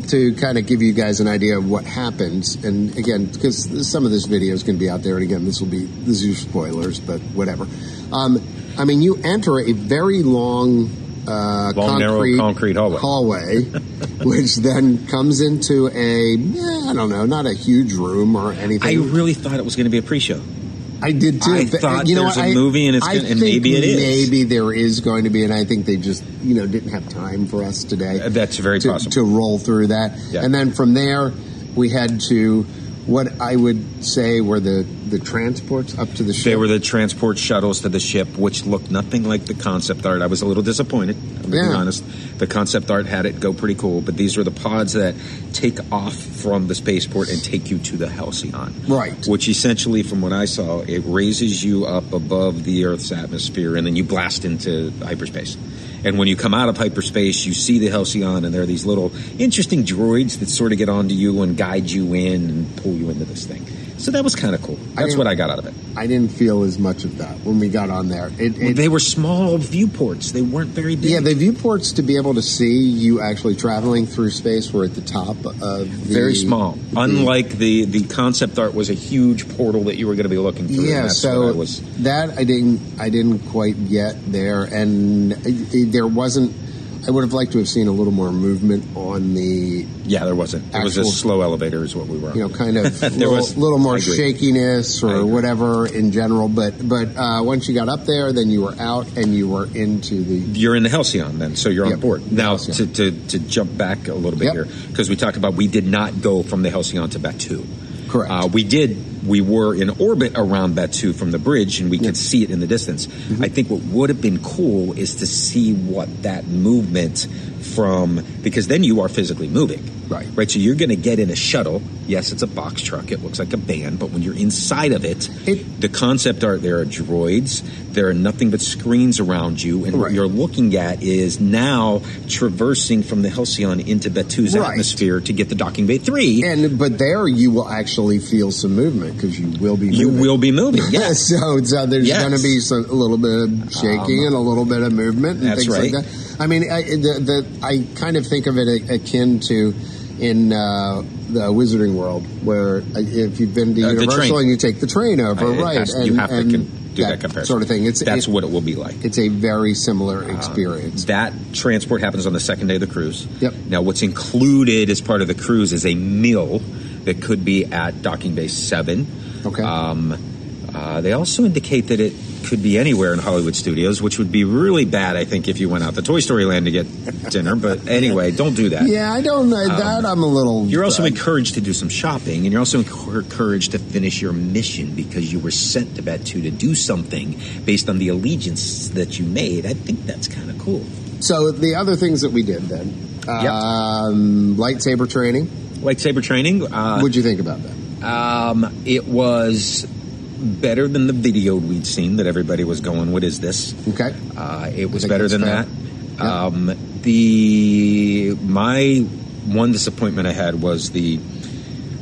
Speaker 1: to kind of give you guys an idea of what happens, and again, because some of this video is going to be out there, and again, this will be this is spoilers, but whatever. Um, I mean, you enter a very long, uh,
Speaker 2: Long, narrow
Speaker 1: concrete,
Speaker 2: concrete hallway.
Speaker 1: hallway, which then comes into a eh, I don't know, not a huge room or
Speaker 2: I
Speaker 1: anything.
Speaker 2: really thought it was going to be a pre-show.
Speaker 1: I did too.
Speaker 2: I
Speaker 1: But, uh,
Speaker 2: thought
Speaker 1: you know
Speaker 2: there's
Speaker 1: what,
Speaker 2: a
Speaker 1: I-
Speaker 2: movie and it's
Speaker 1: I
Speaker 2: gonna- and
Speaker 1: think
Speaker 2: maybe it is.
Speaker 1: Maybe there is going to be, and I think they just you know didn't have time for us today.
Speaker 2: Uh, that's very
Speaker 1: to,
Speaker 2: possible.
Speaker 1: to roll through that,
Speaker 2: Yeah.
Speaker 1: and then from there we had to what I would say were the the transports up to the ship.
Speaker 2: They were the transport shuttles to the ship, which looked nothing like the concept art. I was a little disappointed, I'm being
Speaker 1: Yeah.
Speaker 2: honest. The concept art had it go pretty cool, but these were the pods that take off from the spaceport and take you to the Halcyon.
Speaker 1: Right.
Speaker 2: Which essentially, from what I saw, it raises you up above the Earth's atmosphere and then you blast into hyperspace. And when you come out of hyperspace, you see the Halcyon, and there are these little interesting droids that sort of get onto you and guide you in and pull you into this thing. So that was kind of cool.
Speaker 1: I
Speaker 2: That's
Speaker 1: didn't-
Speaker 2: what I got out of it.
Speaker 1: I didn't feel as much of that when we got on there. It, it,
Speaker 2: they were small viewports. They weren't very big.
Speaker 1: yeah, the viewports to be able to see you actually traveling through space were at the top of the,
Speaker 2: very small. Mm. Unlike the the concept art was a huge portal that you were going to be looking through. and
Speaker 1: Yeah,
Speaker 2: that's
Speaker 1: so
Speaker 2: what I was
Speaker 1: that I didn't I didn't quite get there, and it, it- there wasn't. I would have liked to have seen a little more movement on the
Speaker 2: yeah, there wasn't. it was a
Speaker 1: Actual-
Speaker 2: slow elevator, is what we were. on.
Speaker 1: you know kind of
Speaker 2: There
Speaker 1: little,
Speaker 2: was-
Speaker 1: little
Speaker 2: I
Speaker 1: more
Speaker 2: agree.
Speaker 1: shakiness
Speaker 2: I
Speaker 1: or
Speaker 2: agree.
Speaker 1: whatever in general. But but uh, once you got up there, then you were out and you were into the
Speaker 2: you're in the Halcyon then, so you're
Speaker 1: Yep,
Speaker 2: on board. Now,
Speaker 1: Halcyon.
Speaker 2: to, to, to jump back a little bit
Speaker 1: Yep.
Speaker 2: here, because we talked about we did not go from the Halcyon to Batu.
Speaker 1: Correct.
Speaker 2: Uh, we did, we were in orbit around Batu from the bridge, and we
Speaker 1: Yep.
Speaker 2: could see it in the distance.
Speaker 1: Mm-hmm.
Speaker 2: I think what would have been cool is to see what that movement from, because then you are physically moving.
Speaker 1: Right.
Speaker 2: Right, so you're going to get in a shuttle. Yes, it's a box truck. It looks like a van, but when you're inside of it,
Speaker 1: It-
Speaker 2: the concept art there are droids. There are nothing but screens around you, and
Speaker 1: Right.
Speaker 2: what you're looking at is now traversing from the Halcyon into Batu's
Speaker 1: Right.
Speaker 2: atmosphere to get the docking bay three.
Speaker 1: and but there you will actually feel some movement because you will be
Speaker 2: you
Speaker 1: moving.
Speaker 2: will be moving.
Speaker 1: Yeah,
Speaker 2: Yes,
Speaker 1: so, so there's
Speaker 2: Yes. Um,
Speaker 1: going to be some, a little bit of shaking and a little bit of movement and
Speaker 2: That's
Speaker 1: things
Speaker 2: right.
Speaker 1: like that. I mean, I, the, the, I kind of think of it a- akin to in uh, the Wizarding World, where uh, if you've been to
Speaker 2: Uh, the
Speaker 1: Universal
Speaker 2: train.
Speaker 1: and you take the train over,
Speaker 2: It
Speaker 1: right?
Speaker 2: has-
Speaker 1: and,
Speaker 2: you have to
Speaker 1: and
Speaker 2: con- do that, comparison
Speaker 1: sort of thing. It's
Speaker 2: that's Um,
Speaker 1: it-
Speaker 2: what it will be like.
Speaker 1: it's a very similar experience.
Speaker 2: That transport happens on the second day of the cruise.
Speaker 1: Yep.
Speaker 2: Now, what's included as part of the cruise is a meal that could be at docking bay seven.
Speaker 1: Okay.
Speaker 2: Um, uh, they also indicate that it could be anywhere in Hollywood Studios, which would be really bad, I think, if you went out to Toy Story Land to get dinner. But anyway, don't do that.
Speaker 1: yeah, I don't know that. I'm a little.
Speaker 2: um, You're also
Speaker 1: uh,
Speaker 2: encouraged to do some shopping, and you're also encour- encouraged to finish your mission because you were sent to Batu to do something based on the allegiance that you made. I think that's kind of cool.
Speaker 1: so the other things that we did then. Um, lightsaber training.
Speaker 2: Lightsaber training. Uh,
Speaker 1: What'd you think about that?
Speaker 2: Um, it was better than the video we'd seen that everybody was going, what is this?
Speaker 1: Okay.
Speaker 2: Uh, it was
Speaker 1: think
Speaker 2: better
Speaker 1: that's
Speaker 2: than
Speaker 1: fair.
Speaker 2: that.
Speaker 1: Yeah.
Speaker 2: Um, the my one disappointment I had was the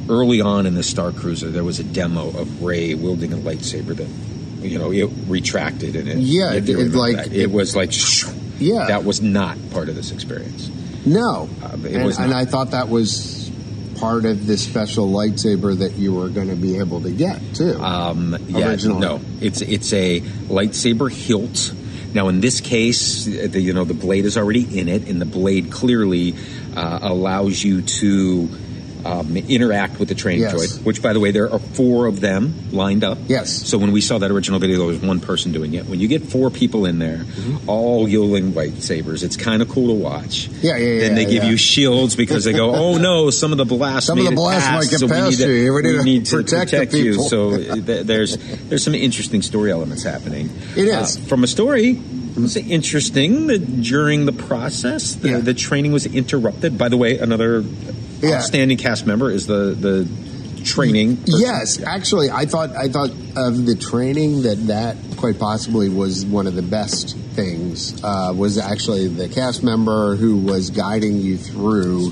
Speaker 2: early on in the Star Cruiser there was a demo of Ray wielding a lightsaber that you know it retracted and it
Speaker 1: Yeah,
Speaker 2: if you
Speaker 1: it- it
Speaker 2: remember
Speaker 1: like-
Speaker 2: that. it was like
Speaker 1: Yeah.
Speaker 2: that was not part of this experience.
Speaker 1: No,
Speaker 2: Uh, it
Speaker 1: and,
Speaker 2: was
Speaker 1: and
Speaker 2: not.
Speaker 1: I thought that was part of the special lightsaber that you were going to be able to get too.
Speaker 2: Um, yeah,
Speaker 1: Original.
Speaker 2: no, it's it's a lightsaber hilt Now, in this case, the, you know, the blade is already in it, and the blade clearly uh, allows you to um, interact with the training
Speaker 1: Yes.
Speaker 2: droid. Which, by the way, there are four of them lined up.
Speaker 1: Yes.
Speaker 2: So when we saw that original video, there was one person doing it. When you get four people in there,
Speaker 1: Mm-hmm.
Speaker 2: all yodeling lightsabers, it's kind of cool to watch.
Speaker 1: Yeah, yeah,
Speaker 2: Then
Speaker 1: yeah,
Speaker 2: they give
Speaker 1: yeah.
Speaker 2: you shields because they go, "Oh no, some of the blasts,
Speaker 1: Some of
Speaker 2: made
Speaker 1: the
Speaker 2: it
Speaker 1: blasts
Speaker 2: past,
Speaker 1: might get
Speaker 2: so we
Speaker 1: past
Speaker 2: need to,
Speaker 1: you. We need to protect
Speaker 2: protect,
Speaker 1: the
Speaker 2: you."
Speaker 1: people.
Speaker 2: So th- there's there's some interesting story elements happening. Uh,
Speaker 1: It is.
Speaker 2: from a story. It's interesting that during the process, the,
Speaker 1: Yeah.
Speaker 2: the training was interrupted. By the way, another
Speaker 1: Yeah.
Speaker 2: outstanding cast member is the the training. person.
Speaker 1: Yes, actually, I thought I thought of the training that that quite possibly was one of the best things. Uh, was actually the cast member who was guiding you through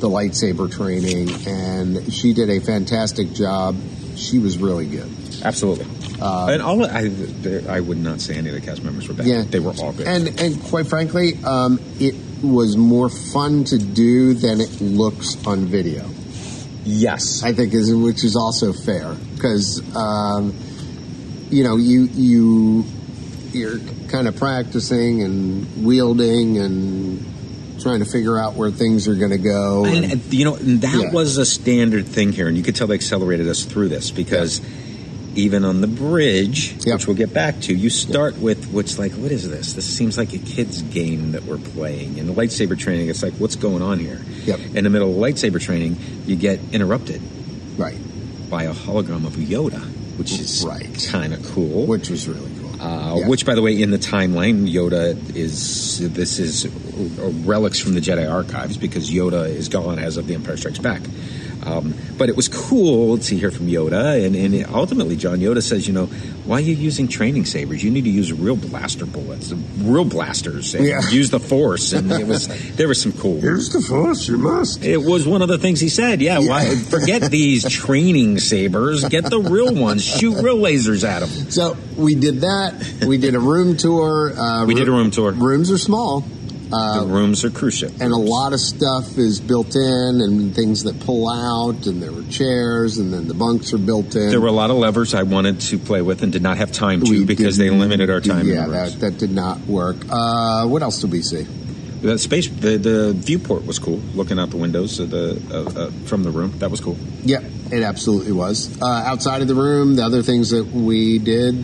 Speaker 1: the lightsaber training, and she did a fantastic job. She was really good.
Speaker 2: absolutely. and all I, there- I would not say any of the cast members were bad.
Speaker 1: Uh, Yeah.
Speaker 2: They were all good.
Speaker 1: And and quite frankly, um, it was more fun to do than it looks on video.
Speaker 2: yes,
Speaker 1: I think is which is also fair because um, you know you you you're kind of practicing and wielding and trying to figure out where things are going to go.
Speaker 2: And, and, you know, and that
Speaker 1: Yeah.
Speaker 2: was a standard thing here, and you could tell they accelerated us through this because even on the bridge,
Speaker 1: Yep.
Speaker 2: which we'll get back to, you start with what's like, what is this? This seems like a kid's game that we're playing. And the lightsaber training, it's like, what's going on here?
Speaker 1: Yep.
Speaker 2: In the middle of lightsaber training, you get interrupted
Speaker 1: right,
Speaker 2: by a hologram of Yoda, which is
Speaker 1: Right.
Speaker 2: kind of cool.
Speaker 1: which was really cool.
Speaker 2: Uh,
Speaker 1: Yeah.
Speaker 2: Which, by the way, in the timeline, Yoda is this is uh, relics from the Jedi archives because Yoda is gone as of The Empire Strikes Back. Um, but it was cool to hear from Yoda, and, and ultimately, John Yoda says, "You know, why are you using training sabers? You need to use real blaster bullets, real blasters, and
Speaker 1: Yeah.
Speaker 2: use the Force." And it was there was some cool.
Speaker 1: the force, you must.
Speaker 2: It was one of the things he said. Yeah, why forget these training sabers? Get the real ones. Shoot real lasers at them.
Speaker 1: So we did that. We did a room tour. Uh,
Speaker 2: We did a
Speaker 1: roo-
Speaker 2: room tour.
Speaker 1: Rooms are small. Uh,
Speaker 2: the rooms are cruise ship.
Speaker 1: and a lot of stuff is built in and things that pull out and there were chairs and then the bunks are built in
Speaker 2: There were a lot of levers I wanted to play with and did not have time to
Speaker 1: We
Speaker 2: because they
Speaker 1: didn't
Speaker 2: limited our
Speaker 1: do-
Speaker 2: time. in
Speaker 1: yeah
Speaker 2: the
Speaker 1: that,
Speaker 2: rooms.
Speaker 1: that did not work uh, what else did we see
Speaker 2: the space, the, the viewport was cool. Looking out the windows of the uh, uh, from the room, that was cool.
Speaker 1: yeah it absolutely was uh, outside of the room the other things that we did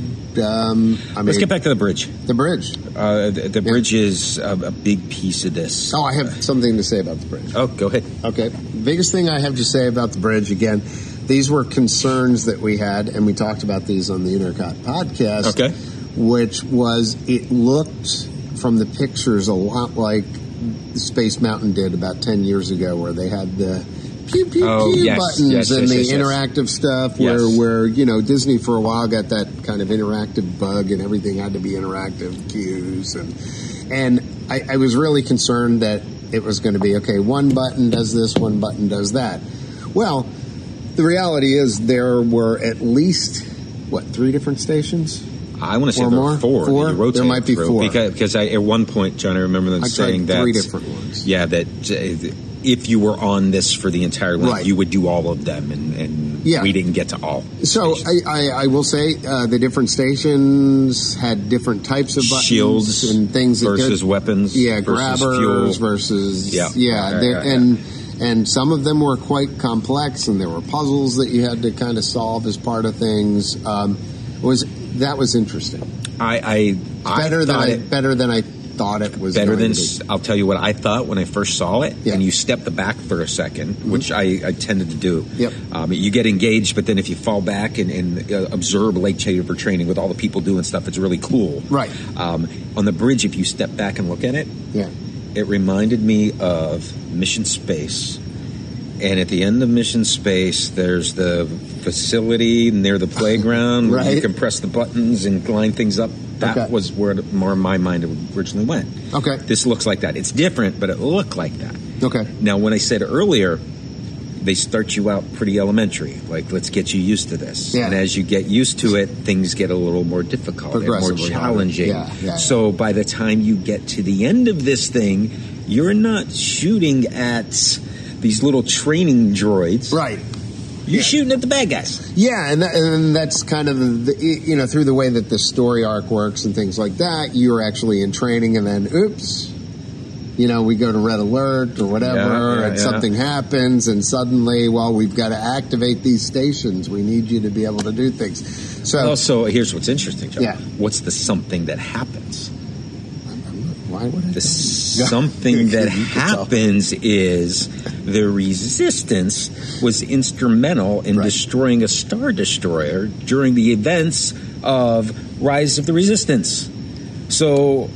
Speaker 1: um, I mean,
Speaker 2: Let's get back to the bridge.
Speaker 1: the bridge
Speaker 2: Uh, the, the bridge is a, a big piece of this.
Speaker 1: oh i have something to say about the bridge
Speaker 2: Oh, go ahead.
Speaker 1: Okay. Biggest thing I have to say about the bridge again, these were concerns that we had, and we talked about these on the Intercot podcast.
Speaker 2: Okay.
Speaker 1: Which was it looked from the pictures a lot like Space Mountain did about ten years ago, where they had the pew pew
Speaker 2: Oh,
Speaker 1: pew
Speaker 2: yes,
Speaker 1: buttons
Speaker 2: yes,
Speaker 1: and
Speaker 2: yes,
Speaker 1: the
Speaker 2: yes, yes.
Speaker 1: interactive stuff.
Speaker 2: Yes.
Speaker 1: Where where you know Disney for a while got that kind of interactive bug, and everything had to be interactive cues and and I, I was really concerned that it was going to be okay. One button does this, one button does that. Well, the reality is there were at least what three different stations.
Speaker 2: I want to say
Speaker 1: Or
Speaker 2: there
Speaker 1: more?
Speaker 2: are four. that
Speaker 1: Four?
Speaker 2: you rotate
Speaker 1: There might be
Speaker 2: through.
Speaker 1: four.
Speaker 2: Because, because I, at one point, John, I remember them
Speaker 1: I
Speaker 2: saying
Speaker 1: tried three
Speaker 2: that
Speaker 1: different ones.
Speaker 2: Yeah, that uh, if you were on this for the entire length,
Speaker 1: Right.
Speaker 2: you would do all of them, and, and
Speaker 1: Yeah.
Speaker 2: we didn't get to all.
Speaker 1: So I, I, I will say uh, the different stations had different types of buttons
Speaker 2: shields
Speaker 1: and things that
Speaker 2: versus weapons.
Speaker 1: Yeah,
Speaker 2: versus
Speaker 1: grabbers
Speaker 2: fuel.
Speaker 1: versus
Speaker 2: Yeah. Yeah,
Speaker 1: there-
Speaker 2: yeah, yeah.
Speaker 1: and and some of them were quite complex, and there were puzzles that you had to kind of solve as part of things. Um, was that was interesting?
Speaker 2: I, I
Speaker 1: Better
Speaker 2: I
Speaker 1: than
Speaker 2: thought
Speaker 1: I,
Speaker 2: it
Speaker 1: better than I thought it was.
Speaker 2: better
Speaker 1: going
Speaker 2: than
Speaker 1: to be.
Speaker 2: I'll tell you what I thought when I first saw it.
Speaker 1: Yeah. Mm-hmm.
Speaker 2: And you step the back for a 2nd which I, I tended to do.
Speaker 1: Yep.
Speaker 2: Um, you get engaged, but then if you fall back and, and uh, observe late shaver training with all the people doing stuff, it's really cool.
Speaker 1: Right.
Speaker 2: Um, on the bridge, if you step back and look at it,
Speaker 1: yeah.
Speaker 2: it reminded me of Mission Space. And at the end of Mission Space, there's the facility near the playground where you
Speaker 1: Right.
Speaker 2: can press the buttons and line things up. That
Speaker 1: Okay.
Speaker 2: was where more my mind originally went.
Speaker 1: Okay.
Speaker 2: This looks like that. It's different, but it looked like that.
Speaker 1: Okay.
Speaker 2: Now, when I said earlier, they start you out pretty elementary. Like, let's get you used to this.
Speaker 1: Yeah.
Speaker 2: And as you get used to it, things get a little more difficult and more
Speaker 1: Progressively harder.
Speaker 2: challenging.
Speaker 1: Yeah, yeah, yeah.
Speaker 2: So by the time you get to the end of this thing, you're not shooting at these little training droids.
Speaker 1: Right.
Speaker 2: You're shooting at the bad guys.
Speaker 1: Yeah, and, that, and that's kind of the, the you know through the way that the story arc works and things like that. You're actually in training, and then oops, you know, we go to red alert or whatever,
Speaker 2: Yeah, yeah,
Speaker 1: and
Speaker 2: yeah.
Speaker 1: something happens, and suddenly, well, we've got to activate these stations. We need you to be able to do things. So
Speaker 2: Also, here's what's interesting, John.
Speaker 1: Oh. Yeah.
Speaker 2: What's the something that happens?
Speaker 1: why would I?
Speaker 2: The
Speaker 1: Yeah.
Speaker 2: something that
Speaker 1: You can tell.
Speaker 2: happens is the resistance was instrumental in
Speaker 1: Right.
Speaker 2: destroying a star destroyer during the events of Rise of the Resistance. So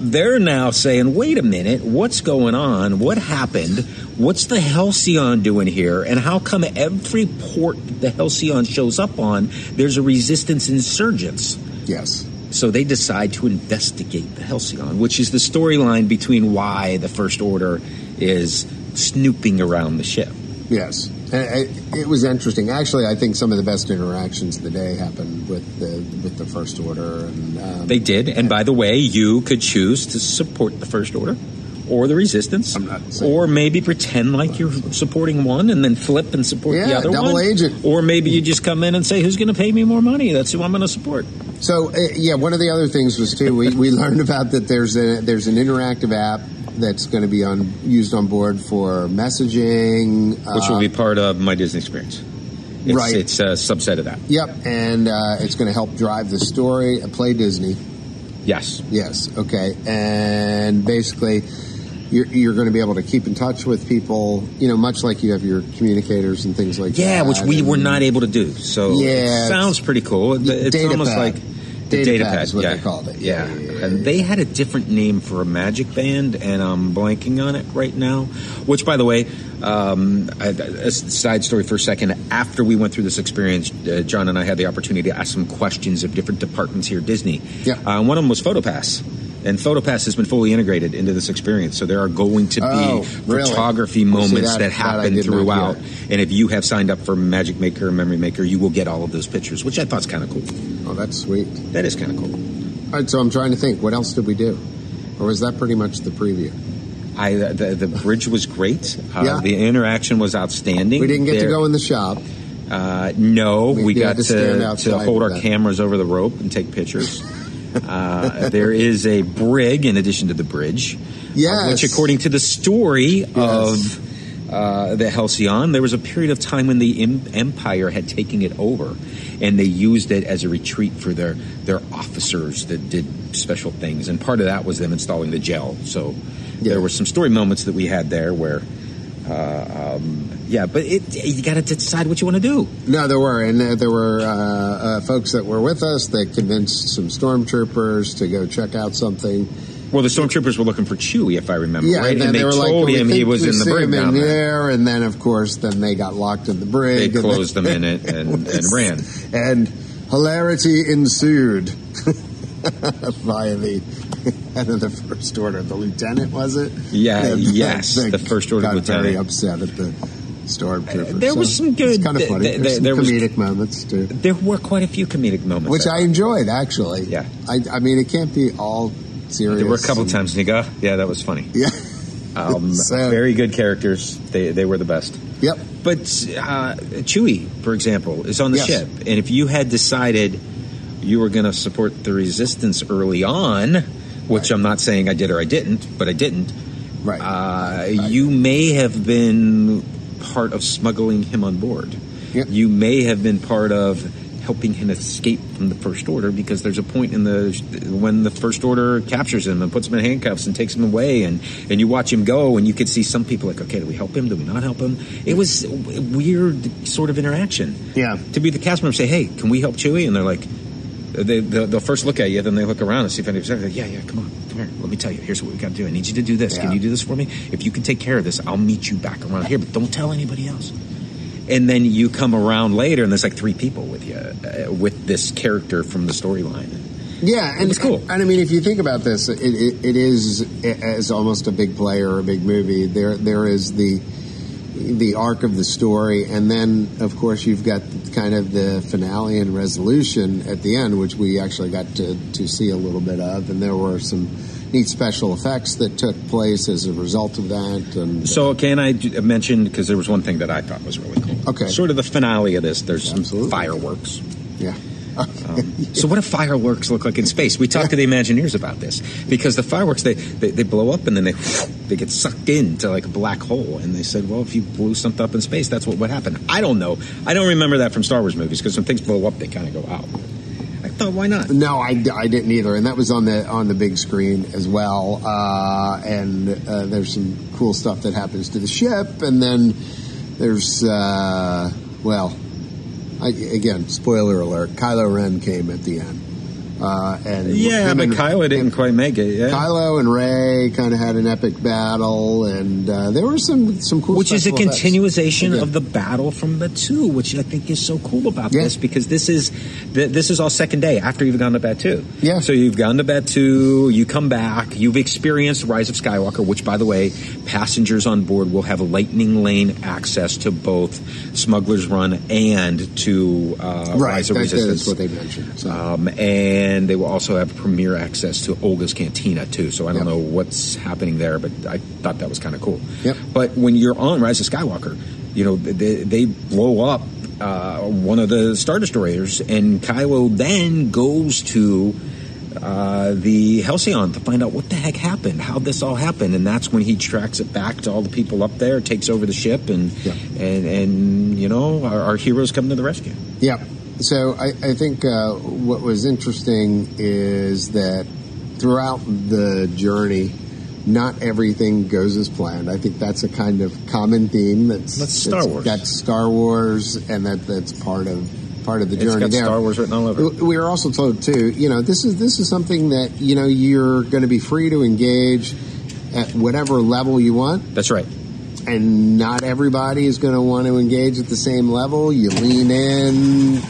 Speaker 2: they're now saying, wait a minute, what's going on? What happened? What's the Halcyon doing here? And how come every port that the Halcyon shows up on, there's a resistance insurgence?
Speaker 1: Yes.
Speaker 2: So they decide to investigate the Halcyon, which is the storyline between why the First Order is snooping around the ship.
Speaker 1: Yes, And it, it was interesting. Actually, I think some of the best interactions of the day happened with the with the first order, and um,
Speaker 2: They did, and by the way, you could choose to support the First Order or the Resistance,
Speaker 1: I'm not saying-
Speaker 2: or maybe pretend like you're supporting one and then flip and support the
Speaker 1: Yeah,
Speaker 2: other
Speaker 1: double
Speaker 2: one.
Speaker 1: agent.
Speaker 2: Or maybe you just come in and say, "Who's going to pay me more money? That's who I'm going to support."
Speaker 1: So uh, yeah, one of the other things was too we, we learned about that there's a there's an interactive app that's going to be on used on board for messaging,
Speaker 2: Which
Speaker 1: uh,
Speaker 2: will be part of my Disney experience. It's,
Speaker 1: Right.
Speaker 2: it's a subset of that.
Speaker 1: yep, and uh, it's going to help drive the story. Uh, play Disney,
Speaker 2: Yes.
Speaker 1: yes, okay, and basically. You're, you're going to be able to keep in touch with people, you know, much like you have your communicators and things like
Speaker 2: Yeah,
Speaker 1: that.
Speaker 2: which we were
Speaker 1: and-
Speaker 2: not able to do. So
Speaker 1: Yeah,
Speaker 2: it
Speaker 1: it's-
Speaker 2: sounds pretty cool. It- It's
Speaker 1: Data
Speaker 2: almost
Speaker 1: pad.
Speaker 2: like
Speaker 1: Data
Speaker 2: data
Speaker 1: pad
Speaker 2: pad
Speaker 1: is what
Speaker 2: yeah.
Speaker 1: they called it.
Speaker 2: Yeah.
Speaker 1: Yeah, yeah, yeah,
Speaker 2: and
Speaker 1: yeah.
Speaker 2: they had a different name for a magic band, and I'm blanking on it right now. Which, by the way, um, I- a s- side story for a second. After we went through this experience, uh, John and I had the opportunity to ask some questions of different departments here at Disney.
Speaker 1: Yeah.
Speaker 2: Uh, one of them was PhotoPass. And PhotoPass has been fully integrated into this experience, so there are going to be
Speaker 1: Oh, really?
Speaker 2: photography
Speaker 1: See,
Speaker 2: moments
Speaker 1: that-
Speaker 2: that,
Speaker 1: that I
Speaker 2: happen
Speaker 1: did not hear.
Speaker 2: throughout. And if you have signed up for Magic Maker or Memory Maker, you will get all of those pictures, which I thought's kind of cool.
Speaker 1: Oh, that's sweet.
Speaker 2: That is kind of cool.
Speaker 1: All right, so I'm trying to think. What else did we do? Or was that pretty much the preview?
Speaker 2: I the, the bridge was great. Uh,
Speaker 1: Yeah.
Speaker 2: The interaction was outstanding.
Speaker 1: We didn't get to
Speaker 2: There-
Speaker 1: go in the shop.
Speaker 2: Uh, no, we,
Speaker 1: We- yeah,
Speaker 2: got
Speaker 1: to stand
Speaker 2: to, to
Speaker 1: outside with
Speaker 2: hold our
Speaker 1: that.
Speaker 2: cameras over the rope and take pictures. uh, there is a brig in addition to the bridge, uh,
Speaker 1: Yes.
Speaker 2: which, according to the story
Speaker 1: Yes.
Speaker 2: of uh, the Halcyon, there was a period of time when the em- Empire had taken it over, and they used it as a retreat for their their officers that did special things, and part of that was them installing the gel. So
Speaker 1: Yeah.
Speaker 2: there were some story moments that we had there where. Uh, um, yeah, but it, you got to decide what you want to do.
Speaker 1: No, there were, and uh, there were uh, uh, folks that were with us that convinced some stormtroopers to go check out something.
Speaker 2: Well, the stormtroopers were looking for Chewie, if I remember
Speaker 1: Yeah,
Speaker 2: right,
Speaker 1: and then
Speaker 2: and they,
Speaker 1: they, were like,
Speaker 2: told
Speaker 1: "We
Speaker 2: him
Speaker 1: think
Speaker 2: he was
Speaker 1: we
Speaker 2: in the
Speaker 1: see
Speaker 2: brig
Speaker 1: him
Speaker 2: down
Speaker 1: in
Speaker 2: there.
Speaker 1: there," and then of course, then they got locked in the
Speaker 2: They
Speaker 1: brig. and
Speaker 2: closed them in it and,
Speaker 1: was-
Speaker 2: and ran.
Speaker 1: and hilarity ensued via the head of the first order. The lieutenant was it?
Speaker 2: Yeah,
Speaker 1: The-
Speaker 2: yes, the First Order
Speaker 1: got Very
Speaker 2: lieutenant.
Speaker 1: upset at the stormtroopers.
Speaker 2: There was some good-
Speaker 1: It's kind of
Speaker 2: th-
Speaker 1: funny.
Speaker 2: th-
Speaker 1: There's some
Speaker 2: there was-
Speaker 1: comedic moments too,
Speaker 2: There were quite a few comedic moments,
Speaker 1: which I enjoyed actually.
Speaker 2: uh, Yeah.
Speaker 1: I, I mean, it can't be all serious.
Speaker 2: There were a couple
Speaker 1: and-
Speaker 2: times, Niga. Yeah, that was funny.
Speaker 1: Yeah.
Speaker 2: Um,
Speaker 1: So-
Speaker 2: very good characters. They they were the best.
Speaker 1: Yep.
Speaker 2: But uh, Chewie, for example, is on the
Speaker 1: Yes.
Speaker 2: ship, and if you had decided you were going to support the Resistance early on, which
Speaker 1: Right.
Speaker 2: I'm not saying I did or I didn't, but I didn't.
Speaker 1: Right.
Speaker 2: Uh, you may have been part of smuggling him on board.
Speaker 1: Yep.
Speaker 2: You may have been part of helping him escape from the First Order because there's a point in the when the First Order captures him and puts him in handcuffs and takes him away, and and you watch him go, and you could see some people like, okay, do we help him? Do we not help him? It was a weird sort of interaction.
Speaker 1: Yeah.
Speaker 2: To be the cast member, say, hey, can we help Chewie? And they're like. They, they'll, they'll first look at you, then they look around and see if anybody's there. Yeah, yeah, come on, come here. Let me tell you. Here's what we got to do. I need you to do this. Can
Speaker 1: Yeah.
Speaker 2: you do this for me? If you can take care of this, I'll meet you back around here, but don't tell anybody else. And then you come around later, and there's like three people with you, uh, with this character from the storyline.
Speaker 1: Yeah, and
Speaker 2: was cool.
Speaker 1: And I mean, if you think about this, it, it, it is as almost a big play or a big movie. There, there is the the arc of the story, and then of course you've got kind of the finale and resolution at the end, which we actually got to, to see a little bit of, and there were some neat special effects that took place as a result of that. And
Speaker 2: So can I d- mention because there was one thing that I thought was really cool.
Speaker 1: Okay.
Speaker 2: Sort of the finale of this. There's
Speaker 1: Absolutely.
Speaker 2: some fireworks.
Speaker 1: yeah,
Speaker 2: So what do fireworks look like in space? We talked to the Imagineers about this because the fireworks they, they, they blow up and then they they get sucked into like a black hole. And they said, well, if you blew something up in space, that's what would happen. I don't know. I don't remember that from Star Wars movies because when things blow up, they kind of go out. I thought, why not?
Speaker 1: no, I, d- I didn't either, and that was on the on the big screen as well. Uh, and uh, there's some cool stuff that happens to the ship, and then there's uh, well, I, again, spoiler alert: Kylo Ren came at the end. Uh, and
Speaker 2: Yeah,
Speaker 1: him
Speaker 2: but
Speaker 1: and-
Speaker 2: Kylo didn't quite make it. Yeah.
Speaker 1: Kylo and Ray kind of had an epic battle, and uh, there were some some cool.
Speaker 2: which is a
Speaker 1: special effects.
Speaker 2: continuation
Speaker 1: Yeah.
Speaker 2: of the battle from the two, which I think is so cool about
Speaker 1: Yeah.
Speaker 2: this because this is th- this is all second day after you've gone to Batu.
Speaker 1: Yeah.
Speaker 2: So you've gone to Batu, you come back, you've experienced Rise of Skywalker, which by the way, passengers on board will have lightning lane access to both Smuggler's Run and to uh,
Speaker 1: right.
Speaker 2: Rise of
Speaker 1: that-
Speaker 2: Resistance.
Speaker 1: That's what they mentioned. So.
Speaker 2: Um, and they will also have premier access to Olga's Cantina too. So I
Speaker 1: Yep.
Speaker 2: don't know what's happening there, but I thought that was kind of cool.
Speaker 1: Yep.
Speaker 2: But when you're on Rise of Skywalker, you know they, they blow up uh, one of the Star Destroyers, and Kylo then goes to uh, the Halcyon to find out what the heck happened, how this all happened, and that's when he tracks it back to all the people up there, takes over the ship, and
Speaker 1: Yeah.
Speaker 2: and and you know our, our heroes come to the rescue.
Speaker 1: Yeah. So I, I think uh, what was interesting is that throughout the journey, not everything goes as planned. I think that's a kind of common theme. That's,
Speaker 2: That's Star
Speaker 1: that's-
Speaker 2: Wars.
Speaker 1: That's Star Wars, and that that's part of part of the
Speaker 2: It's
Speaker 1: journey.
Speaker 2: got
Speaker 1: there.
Speaker 2: Star Wars written all over it.
Speaker 1: We- We are also told too. You know, this is this is something that you know you're going to be free to engage at whatever level you want
Speaker 2: That's right.
Speaker 1: and not everybody is going to want to engage at the same level. You lean in